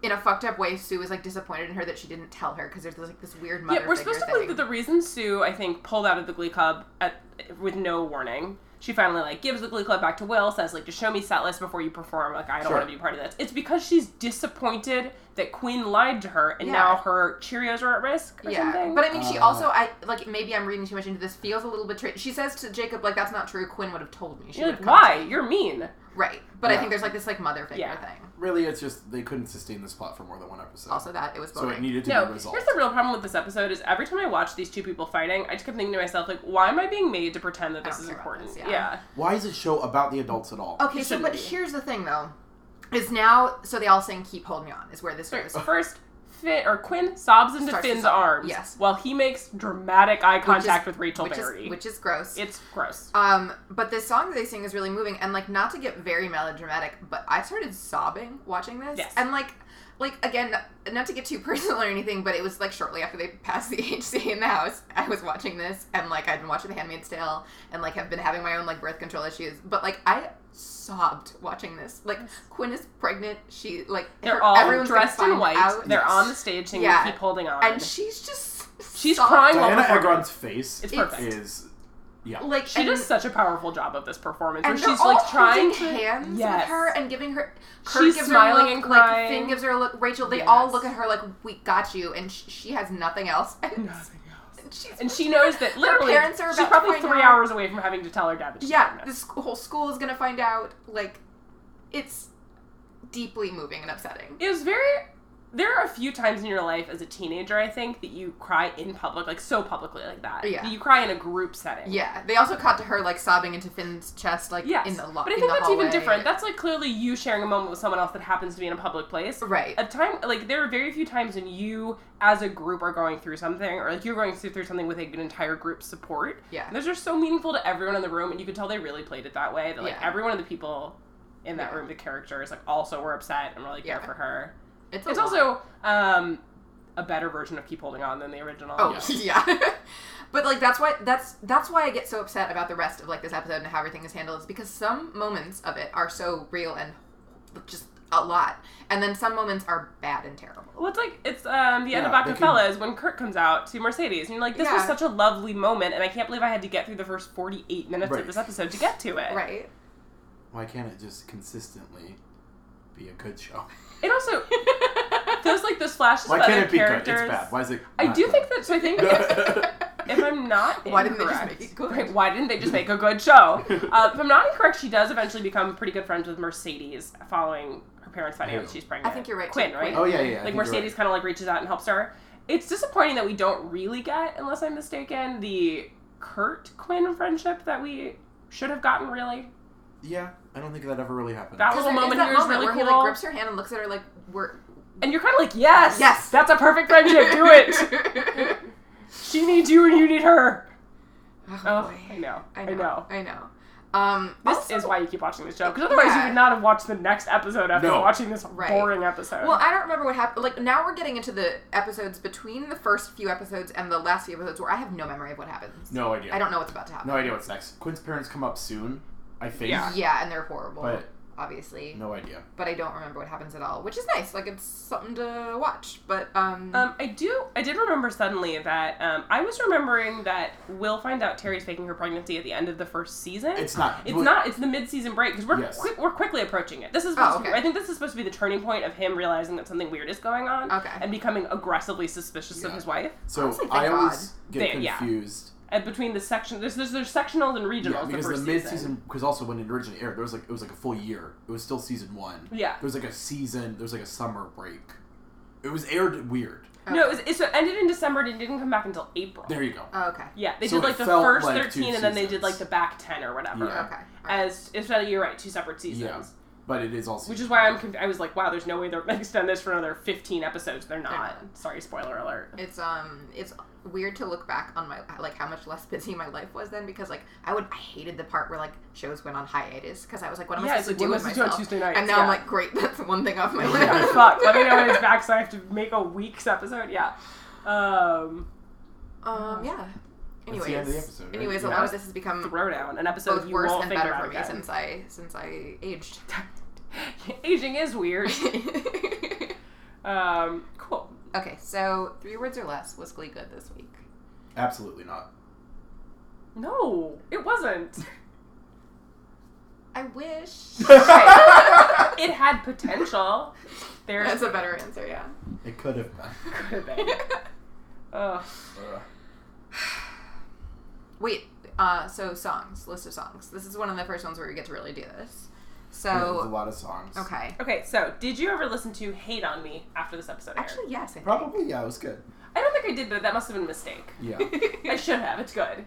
B: in a fucked up way, Sue is like disappointed in her that she didn't tell her because there's like this weird mother.
C: Yeah, we're supposed to
B: figure
C: believe
B: thing.
C: that the reason Sue, I think, pulled out of the Glee Club at, with no warning, she finally like gives the Glee Club back to Will, says like, "Just show me set list before you perform. Like, I don't
A: Sure.
C: want to be part of this." It's because she's disappointed that Quinn lied to her, and
B: Yeah.
C: now her Cheerios are at risk. Or
B: yeah,
C: something.
B: but I mean, she
A: Uh,
B: also I like maybe I'm reading too much into this. Feels a little betrayed. She says to Jacob like that's not true. Quinn would have told me. She
C: you're
B: would
C: like,
B: have come
C: "Why? You're mean."
B: to- Right, but I
A: Yeah.
B: think there's like this like mother figure
C: Yeah.
B: thing.
A: Really, it's just they couldn't sustain this plot for more than one episode.
B: Also, that it was
A: so
B: boring.
A: it needed to
C: No,
A: be
C: here's
A: resolved.
C: the real problem with this episode: is every time I watch these two people fighting, I just kept thinking to myself, like, "Why am I being made to pretend that
B: I
C: this
B: don't
C: is
B: care about
C: important?"
B: this,
C: yeah.
B: yeah.
A: Why is it show about the adults at all?
B: Okay,
C: It
B: so
C: shouldn't
B: but
C: be.
B: here's the thing though, is now so they all sing "Keep Holding On" is where this goes.
C: First, Finn or Quinn sobs into
B: Starts to
C: Finn's
B: sob,
C: arms.
B: yes.
C: While he makes dramatic eye
B: Which is-
C: contact with Rachel
B: which
C: Berry.
B: is, which is gross.
C: it's gross.
B: Um, but this song that they sing is really moving, and like not to get very melodramatic, but I started sobbing watching this,
C: Yes.
B: and like, like again, not to get too personal or anything, but it was like shortly after they passed the HC in the house, I was watching this, and like I'd been watching The Handmaid's Tale, and like have been having my own like birth control issues, but like I sobbed watching this. Like Quinn is pregnant, she like
C: They're
B: her-
C: all
B: everyone's gonna
C: dressed in
B: find
C: white.
B: out,
C: They're
A: Yes.
C: on the stage singing
B: Yeah.
C: "Keep Holding On."
B: and she's just
C: She's
B: sobbing.
C: crying.
A: Diana
C: Well,
A: Agron's face
C: it's
B: it's-
C: perfect.
A: is yeah.
B: Like
C: she
B: and-
C: does such a powerful job of this performance,
B: and
C: where
B: they're
C: she's
B: all
C: like trying to
B: holding hands
C: yes.
B: with her and giving her. Kurt
C: She's
B: gives
C: smiling
B: her a look,
C: and
B: Like,
C: crying.
B: Finn gives her a look. Rachel, they all
C: Yes.
B: look at her like, "We got you," and sh- she has nothing else. And
C: Nothing else.
B: she's,
C: And she knows that literally
B: parents are
C: she's
B: about to
C: probably
B: find
C: three
B: out.
C: hours away from having to tell her dad that she's
B: yeah,
C: pregnant.
B: this whole school is gonna find out. Like, it's deeply moving and upsetting.
C: it was very there are a few times in your life as a teenager i think that you cry in public like so publicly like that
B: Yeah.
C: you cry in a group setting
B: Yeah, they also cut to her like sobbing into Finn's chest, like
C: yes
B: in the lo-
C: but i
B: in
C: think
B: the
C: that's even
B: hallway.
C: different that's like clearly you sharing a moment with someone else that happens to be in a public place
B: right.
C: a time like there are very few times when you as a group are going through something or like you're going through something with like, an entire group support
B: Yeah.
C: those are so meaningful to everyone in the room and you could tell they really played it that way that like
B: Yeah.
C: every one of the people in that
B: Yeah.
C: room the characters like also were upset and were like there
B: Yeah.
C: for her
B: It's, a
C: It's
B: lot.
C: also um, a better version of Keep Holding On than the original.
B: Oh yeah. but like that's why that's that's why I get so upset about the rest of like this episode and how everything is handled is because some moments of it are so real and just a lot, and then some moments are bad and terrible.
C: Well, it's like it's um, the end
A: Yeah,
C: of
A: they
C: Acapella's when Kurt comes out to Mercedes, and you're like, "This was
B: Yeah.
C: such a lovely moment, and I can't believe I had to get through the first 48 minutes of
A: Right.
C: this episode to get to it."
B: Right.
A: Why can't it just consistently be a good show?
C: It also there's like those flashes
A: Why
C: of
A: can't
C: other
A: it be
C: characters.
A: good? It's bad. Why is it?
C: I
A: not
C: do
A: good?
C: think that. So I think if, if I'm not
B: Why didn't they just
C: incorrect,
B: make it good?
C: Right, why didn't they just make a good show? Uh, if I'm not incorrect, she does eventually become pretty good friends with Mercedes following her parents finding out
A: Who?
C: that she's pregnant.
B: I think you're right,
C: Quinn,
B: too.
C: right?
A: oh yeah, yeah. I
C: like
A: think you're
C: Mercedes kind of like reaches out and helps her. It's disappointing that we don't really get, unless I'm mistaken, the Kurt Quinn friendship that we should have gotten. Really,
A: right. Yeah, I don't think that ever really happened.
C: that
B: 'Cause
C: little
B: there is
C: moment
B: that
C: here is
B: moment
C: really
B: where
C: cool.
B: he like grips her hand and looks at her like we're
C: and you're kind of like, yes,
B: Yes.
C: that's a perfect friendship. Do it. she needs you, and you need her.
B: oh,
C: Oh,
B: boy.
C: I know.
B: I
C: I know.
B: know. I know. Um,
C: This
B: also-
C: is why you keep watching this show, because otherwise you
B: Yeah.
C: would not have watched the next episode after
A: No.
C: watching this
B: Right.
C: boring episode.
B: Well, I don't remember what happened. Like now we're getting into the episodes between the first few episodes and the last few episodes where I have no memory of what happens.
A: No idea.
B: I don't know what's about to happen.
A: No idea what's next. Quinn's parents come up soon, I think.
C: Yeah.
B: Yeah, and they're horrible,
A: But
B: obviously.
A: no idea.
B: But I don't remember what happens at all, which is nice. Like it's something to watch. But um,
C: Um, I do. I did remember suddenly that um, I was remembering that we'll find out Terry's faking her pregnancy at the end of the first season.
A: It's not.
C: It's
A: well,
C: not. It's the mid-season break because we're
A: Yes.
C: quick, we're quickly approaching it. This is.
B: Oh,
C: supposed to be-
B: okay.
C: I think this is supposed to be the turning point of him realizing that something weird is going on
B: Okay.
C: and becoming aggressively suspicious of
A: Yeah.
C: his wife.
A: So
B: Honestly, thank
A: I always get
C: They- yeah.
A: confused.
C: And between the section, there's there's, there's sectionals and regionals.
A: Yeah, because
C: the
A: the
C: first
A: mid
C: season.
A: season, because also when it originally aired, there was like it was like a full year. It was still season one.
C: Yeah.
A: There was like a season. There was like a summer break. It was aired weird.
C: No, it, was, it, so it ended in December and it didn't come back until April.
A: Oh. There you go.
B: oh, okay,
C: yeah, they
A: So
C: did
A: it
C: like the
A: felt
C: first
A: like two
C: thirteen, and then they did
A: seasons.
C: like the back ten or whatever.
A: Yeah.
B: okay.
C: As instead, you're right, two separate seasons.
A: yeah, but it is also
C: Which is why I'm conf- I was like, wow, there's no way they're going to extend this for another 15 episodes. They're not.
B: They're
C: Sorry, spoiler alert.
B: It's um, it's weird to look back on my like how much less busy my life was then because like I would I hated the part where like shows went on hiatus because I was like, what am
C: Yeah,
B: I
C: it's
B: supposed
C: like,
B: to do
C: what
B: with
C: am I supposed to
B: myself?
C: do on Tuesday nights?
B: and now
C: Yeah.
B: I'm like, great, that's one thing off my list.
C: Yeah, fuck. Let me know when it's back so I have to make a week's episode. Yeah. Um,
B: Um, yeah.
A: That's the end of the
B: Anyways,
A: episode. right?
B: anyways, a
A: Yeah.
B: lot of this has become
C: Throwdown, an episode
B: both
C: you
B: worse
C: won't
B: and
C: think
B: better
C: about
B: for me
C: again.
B: since I since I aged.
C: Aging is weird. Um, cool.
B: okay, so three words or less was Glee good this week?
A: Absolutely not.
C: No, it wasn't.
B: I wish.
C: It had potential. There's
B: That's a better answer. Yeah.
A: It could have been.
C: could have been. Ugh.
A: Ugh.
B: Wait. Uh, so songs, list of songs. This is one of the first ones where we get to really do this.
A: There's a
B: So
A: lot of songs.
B: okay.
C: Okay, so did you ever listen to "Hate on Me" after this episode? aired?
B: Actually, yes. I think.
A: Probably, yeah, it was good.
C: I don't think I did, but that must have been a mistake.
A: Yeah.
C: I should have. It's good.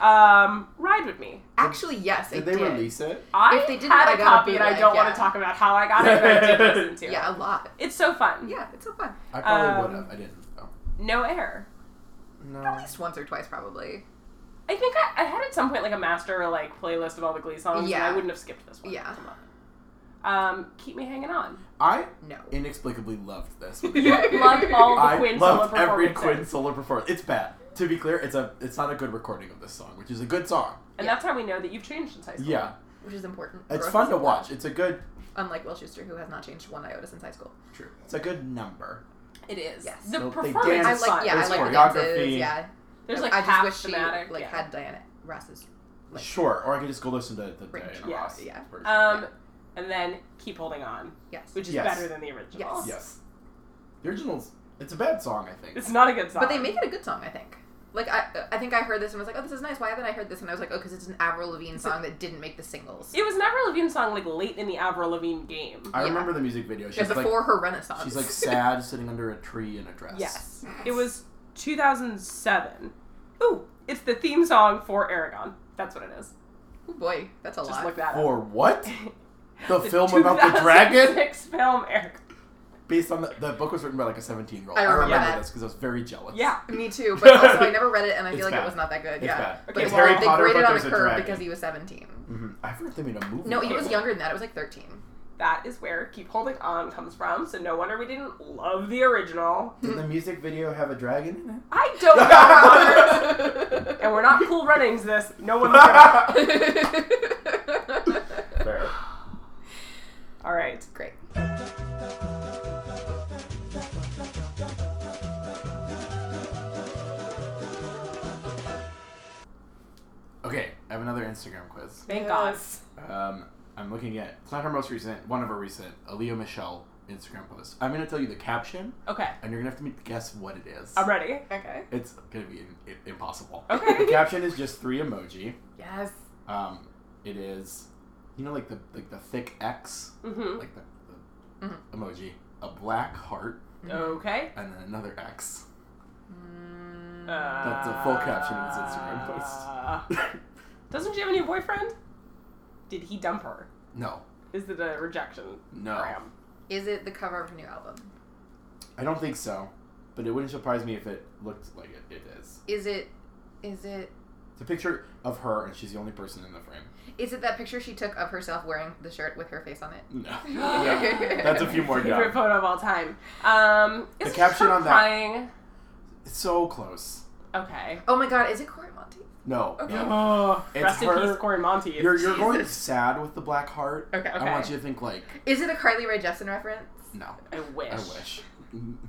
C: Um, ride with me.
B: Actually, yes.
A: Did
B: I
A: they release it?
C: I
B: If they didn't,
C: had
B: I
C: a
B: got a
C: copy, and I
B: bootleg,
C: don't want
B: yeah.
C: to talk about how I got it. But I did listen to. it.
B: Yeah, a lot.
C: It's so fun.
B: Yeah, it's so fun.
A: I probably
C: Um,
A: would have. I didn't, though.
C: No air.
B: At
A: No.
B: least once or twice, probably.
C: I think I, I had at some point like a master like playlist of all the Glee songs, and
B: Yeah.
C: I wouldn't have skipped this one.
B: Yeah.
C: Um, keep me hanging on.
A: I
B: No.
A: inexplicably loved this.
C: Loved all the
A: I
C: Quinn
A: loved
C: solo
A: every
C: performances.
A: Quinn solo performance. It's bad. To be clear, it's a it's not a good recording of this song, which is a good song.
C: And
B: Yeah.
C: that's how we know that you've changed since high school.
A: Yeah,
B: Which is important.
A: it's
B: Growth
A: fun
B: is
A: to
B: important.
A: watch. It's a good.
B: Unlike Will Schuster, who has not changed one iota since high school.
A: True. It's a good number.
C: It is.
B: Yes.
C: The
A: So they
C: performance
A: dance.
B: I
C: is fun.
B: like, yeah, I
A: There's
B: like the
A: choreography.
B: dances. Yeah,
C: There's like
B: I
C: half
B: just wish
C: thematic.
B: she like
C: yeah.
B: had Diana Ross's. Like-
A: sure, or I could just go listen to the
B: Right.
A: Diana
C: Yeah,
A: Ross
B: yeah.
A: version.
C: Um, and then keep holding on,
B: Yes,
C: which is
A: Yes.
C: better than the original.
B: Yes.
A: yes, the original's. It's a bad song, I think.
C: It's not a good song.
B: but they make it a good song. I think. Like I, I think I heard this and was like, oh, this is nice. Why haven't I heard this? And I was like, oh, because it's an Avril Lavigne song that didn't make the singles.
C: It was an Avril Lavigne song like late in the Avril Lavigne game.
A: I
B: yeah.
A: remember the music video.
B: Yeah,
A: She's like
B: before her Renaissance.
A: she's like sad, sitting under a tree in a dress.
C: Yes. It was 2007. Ooh, it's the theme song for Aragon. That's what it is.
B: oh boy, that's a
C: Just
B: lot.
C: look that up.
A: For what? The,
C: The
A: film about the dragon,
C: 2006 film Aragon.
A: based on the, the book was written by like a seventeen-year-old.
B: I remember that.
A: this because I was very jealous.
C: Yeah.
B: Me too, but also I never read it, and I
A: It's
B: feel like
A: bad.
B: it was not that good.
A: It's
B: yeah,
A: bad.
C: Okay,
B: But
A: it's
C: well,
A: Harry
B: they
A: Potter,
B: graded
A: but
B: on a
A: there's a
B: curve
A: dragon.
B: because he was seventeen.
A: hmm I forgot they made a movie.
B: No, he
A: about
B: was
A: it.
B: younger than that. It was like thirteen.
C: That is where Keep Holding On comes from, so no wonder we didn't love the original.
A: Did the music video have a dragon in it?
C: I don't know, Robert. and we're not cool runnings this. No one's gonna.
A: Fair.
C: All right.
B: Great.
A: Okay, I have another Instagram quiz.
C: Thank
B: Yes.
A: Um, I'm looking at it's not her most recent, one of her recent, a Leo Michelle Instagram post. I'm gonna tell you the caption,
C: God. Okay.
A: and you're gonna have to make- guess what it is.
C: I'm ready.
B: Okay.
A: It's gonna be im- i- impossible.
C: Okay.
A: The caption is just three emoji.
B: Yes.
A: Um, it is, you know, like the like the thick X,
C: Mm-hmm.
A: like the, the
B: Mhm.
A: emoji, a black heart,
C: Okay.
A: and then another X.
B: Mm,
C: That's
A: a full caption of his Instagram
C: Uh, Doesn't she have a new boyfriend? Did he dump her?
A: no,
C: Is it a rejection?
A: no,
C: gram?
B: Is it the cover of her new album?
A: I don't think so. But it wouldn't surprise me if it looked like it, it is.
B: Is it? Is it?
A: It's a picture of her, and she's the only person in the frame.
B: Is it that picture she took of herself wearing the shirt with her face on it?
A: No, Yeah. that's a few more
C: Favorite
A: down.
C: photo of all time. Um,
A: The
C: is
A: caption
C: her
A: on that-
C: crying?
A: So close.
C: Okay.
B: Oh my god! Is it Cory Monteith?
A: No,
B: Okay.
A: no.
C: Oh,
A: It's
C: rest in
A: her-
C: peace, Corin Monty.
A: You're you're going
B: Jesus.
A: sad with the black heart.
B: Okay.
A: I want you to think like
B: Is it a Carly Rae Jepsen reference?
A: no.
C: I wish.
A: I wish.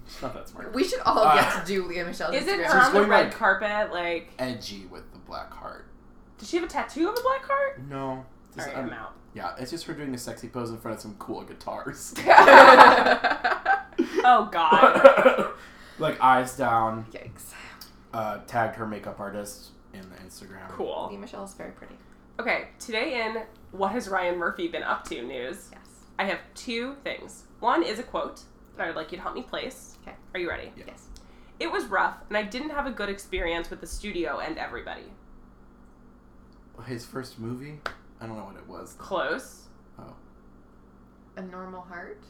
A: It's not that smart.
B: We should all
A: Uh,
B: get to do Leah Michelle's
C: Is it
B: Instagram.
C: her on the
A: going
C: red
A: like-
C: carpet? Like,
A: Edgy with the black heart.
C: does she have a tattoo of a black heart?
A: No.
C: All
A: Just-
C: right,
A: um,
C: I'm out.
A: yeah, it's just her doing a sexy pose in front of some cool guitars.
C: Oh God.
A: like eyes down.
B: Yikes.
A: Uh, tagged her makeup artist in the Instagram.
B: Leah
C: cool.
B: Michelle's very pretty.
C: Okay, today in what has Ryan Murphy been up to news?
B: Yes.
C: I have two things. One is a quote that I would like you to help me place.
B: Okay.
C: Are you ready?
A: Yeah.
B: Yes.
C: It was rough, and I didn't have a good experience with the studio and everybody.
A: His first movie. I don't know what it was.
C: Close.
A: Oh,
B: A normal heart.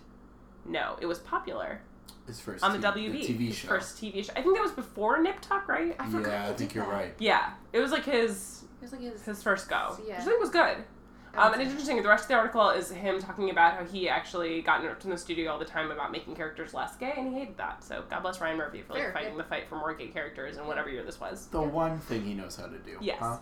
C: No, it was popular
A: his first
C: on the
A: t-
C: WB
A: TV
C: his
A: show.
C: First TV show. I think that was before Nip Tuck, right?
B: I forgot
A: yeah, I
B: he
A: think
B: did
A: you're
B: that.
A: right.
C: Yeah, it was like his
B: It was like his.
C: his first go.
B: Yeah.
C: Which I think was good. Um, and it's interesting. The rest of the article is him talking about how he actually got interrupted in the studio all the time about making characters less gay, and he hated that. So God bless Ryan Murphy for like
B: Fair,
C: fighting
B: yeah.
C: the fight for more gay characters in whatever year this was.
A: The one thing he knows how to do.
C: Yes.
A: huh?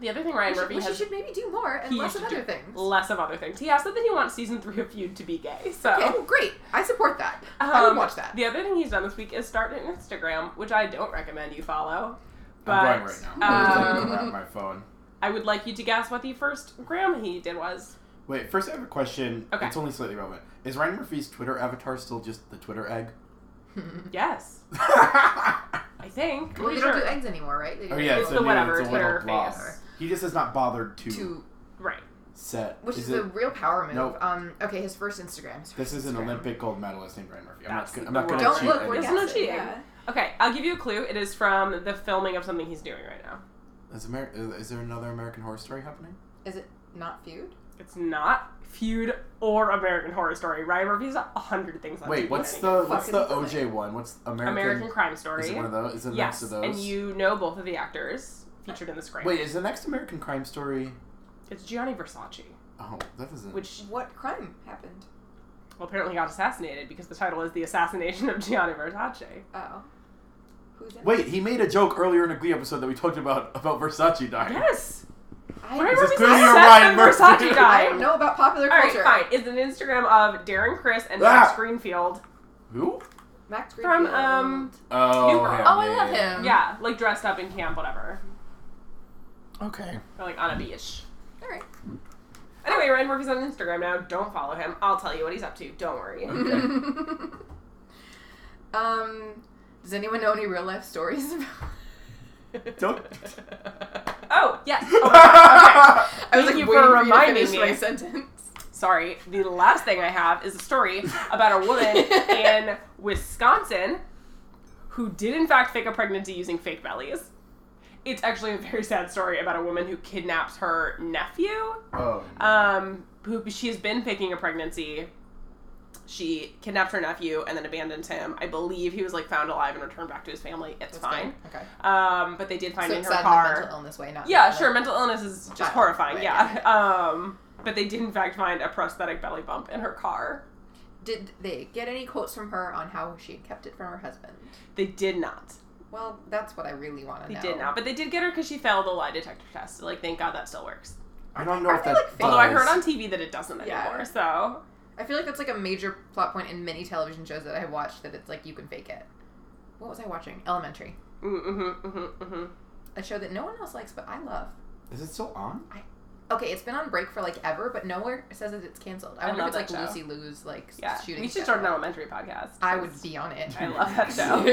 C: The other thing Ryan
B: Which,
C: Murphy
B: which you
C: has
B: should maybe do more and
C: He
B: less of
C: should do
B: other things.
C: less of other things. He has said that he wants season three of Feud to be gay. So
B: Okay, great. I support that. I would
C: Um,
B: watch that.
C: The other thing he's done this week is start an Instagram, which I don't recommend you follow. But
A: I'm going right now. I'm just
C: um,
A: looking around my phone.
C: I would like you to guess what the first gram he did was.
A: Wait, first I have a question.
C: Okay.
A: It's only slightly relevant. Is Ryan Murphy's Twitter avatar still just the Twitter egg?
C: Yes,
A: oh
C: I think.
B: Well,
C: I'm
B: they don't do
C: sure.
B: eggs anymore, right? They do
A: yeah,
C: It's
A: so
C: the whatever,
A: it's a
C: Twitter
A: little gloss.
C: face.
A: He just has not bothered to,
B: to,
C: right.
A: set.
B: which is,
A: it-
B: a real power move.
A: Nope.
B: Um, okay, his first Instagram. His
A: This
B: first
A: is an
B: Instagram.
A: Olympic gold medalist named Ryan Murphy. I'm
C: That's
A: not gonna, I'm not gonna
C: the wrong-
B: Don't
A: cheat.
B: look,
A: I
B: we're
A: just-
C: It's no
B: guessing,
C: cheating.
B: yeah.
C: Okay, I'll give you a clue. It is from the filming of something he's doing right now.
A: Is, Amer- is there another American Horror Story happening?
B: Is it not feud?
C: It's not Feud or American Horror Story. Ryan Murphy's a hundred things. on
A: Wait,
C: TV
A: what's
C: right
A: the what's
B: fucking
A: the
B: filming.
A: OJ one? What's
C: now.
A: American?
C: American Crime Story?
A: Is it one of those? Is it next
C: yes,
A: to those?
C: and you know both of the actors featured in the screen.
A: Wait, is the next American Crime Story?
C: It's Gianni Versace,
A: Oh, that doesn't.
C: which
B: What crime happened?
C: well, apparently got assassinated because the title is The Assassination of Gianni Versace.
B: Oh, who's in?
A: Wait, he made a joke earlier in a Glee episode that we talked about about Versace dying.
C: Yes!
B: I,
C: Ryan
A: This is
C: Murphy's
A: clearly a
C: obsessed
A: Ryan
C: with
A: Murphy.
C: Versace
B: I don't
C: dying.
B: know about popular
C: Alright,
B: culture.
C: fine. It's an Instagram of Darren Chris and
A: Ah!
C: Max Greenfield.
A: Who?
B: Max
C: From,
B: Greenfield.
C: um,
A: Oh,
C: New Girl.
A: him,
B: Oh, I
A: yeah,
B: love
A: yeah,
B: him.
C: Yeah, like dressed up in camp, whatever.
A: yeah. Okay.
C: Or like on a beach.
B: All right.
C: Anyway, Ryan Murphy's on Instagram now. Don't follow him. I'll tell you what he's up to. Don't worry.
B: Mm-hmm.
A: Okay.
B: um, does anyone know any real life stories? about
A: Don't.
C: Oh, yes. Oh, my God. Okay.
B: I was
C: Thank
B: like waiting
C: you for
B: for you to
C: reminding
B: finish
C: me.
B: my sentence.
C: Sorry, the last thing I have is a story about a woman in Wisconsin who did, in fact, fake a pregnancy using fake bellies. It's actually a very sad story about a woman who kidnaps her nephew,
A: Oh.
C: um, who she has been faking a pregnancy. She kidnapped her nephew and then abandons him. I believe he was like found alive and returned back to his family. It's fine.
B: Okay.
C: Um, but they did find
B: So
C: in
B: it's
C: her
B: sad in
C: car.
B: a mental illness way, not
C: Yeah,
B: like-
C: sure. Mental illness is just
B: Fine,
C: horrifying.
B: right,
C: Yeah. Um, but they did in fact find a prosthetic belly bump in her car.
B: Did they get any quotes from her on how she had kept it from her husband?
C: They did not.
B: Well, that's what I really want to
C: They
B: know.
C: did not. But they did get her because she failed the lie detector test. So, like, thank God that still works.
A: I don't know
B: I
A: if
B: feel
A: that.
B: like fake-
C: Although I
A: does.
C: heard on TV that it doesn't
B: Yeah.
C: anymore. So
B: I feel like that's like a major plot point in many television shows that I watched. That it's like you can fake it. What was I watching? Elementary,
C: mm-hmm, mm-hmm, mm-hmm.
B: a show that no one else likes but I love.
A: Is it still on?
B: Okay, it's been on break for like ever, but nowhere says that it's canceled. I,
C: I
B: wonder if
C: love
B: it's
C: that
B: like
C: show.
B: Lucy Lou's like s-
C: yeah.
B: shooting.
C: we should
B: stuff.
C: start an elementary podcast.
B: I would be on it.
C: I love that show.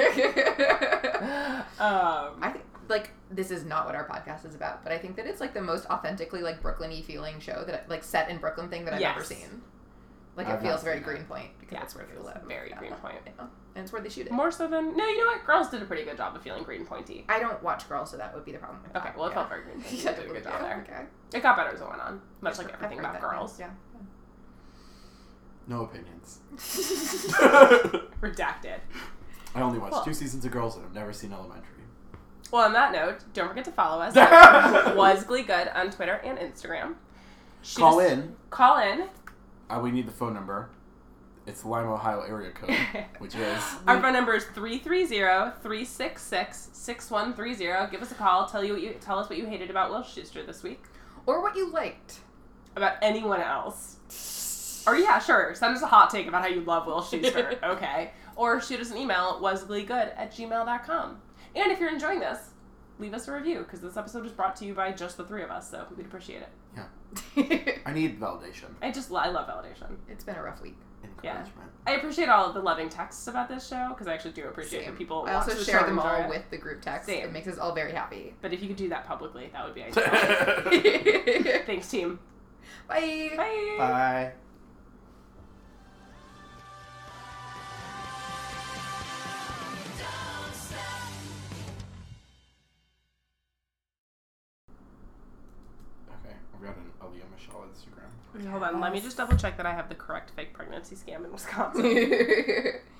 B: show.
C: um,
B: I think like this is not what our podcast is about, but I think that it's like the most authentically like Brooklyn-y feeling show that like set in Brooklyn thing that I've
C: Yes.
B: ever seen. Like
A: I've
B: it
A: not
B: feels very
A: seen that.
B: Greenpoint because
C: yeah,
B: that's where they
C: it's
B: live.
C: Very
B: Yeah.
C: green point.
B: Yeah. And it's where they shoot it.
C: More so than no, you know what? Girls did a pretty good job of feeling green pointy.
B: I don't watch Girls, so that would be the problem. With
C: Okay,
B: that.
C: well, it
B: yeah.
C: felt very green pointy. They did a good job there.
B: Okay.
C: It got better as it went on, much like
B: I've
C: everything
B: heard
C: about
B: that,
C: girls.
B: Yeah.
A: No opinions.
B: yeah.
A: I
C: Redacted.
A: only watched
C: Well.
A: two seasons of Girls and I've never seen Elementary.
C: Well, on that note, don't forget to follow us. at was Glee Good on Twitter and Instagram. Shoot
A: Call
C: us-
A: in.
C: Call in.
A: Uh, we need the phone number. It's Lime, Ohio area code, which is.
C: Our phone number is 330-366-6130. Give us a call. Tell you what you tell us what you hated about Will Schuster this week.
B: or what you liked.
C: About anyone else. Or yeah, sure. Send us a hot take about how you love Will Schuster. okay. Or shoot us an email, wasgleegood at gmail.com. And if you're enjoying this, leave us a review, because this episode is brought to you by just the three of us, so we'd appreciate it.
B: it's
A: I need validation,
C: I just I love validation.
B: been a rough week.
A: encouragement.
C: I appreciate all of the loving texts about this show because I actually do appreciate
B: Same.
C: that people.
B: I also
C: watch the
B: share
C: show
B: them
C: and enjoy
B: all
C: it.
B: with the group text.
C: Same.
B: It makes us all very happy.
C: But if you could do that publicly, that would be ideal. Thanks, team.
B: Bye.
C: Bye.
A: Bye. Okay, I've got an Aaliyah Michelle Instagram.
C: Hold on, let me
B: Yes.
C: just double check that I have the correct fake pregnancy scam in Wisconsin.
B: Bye.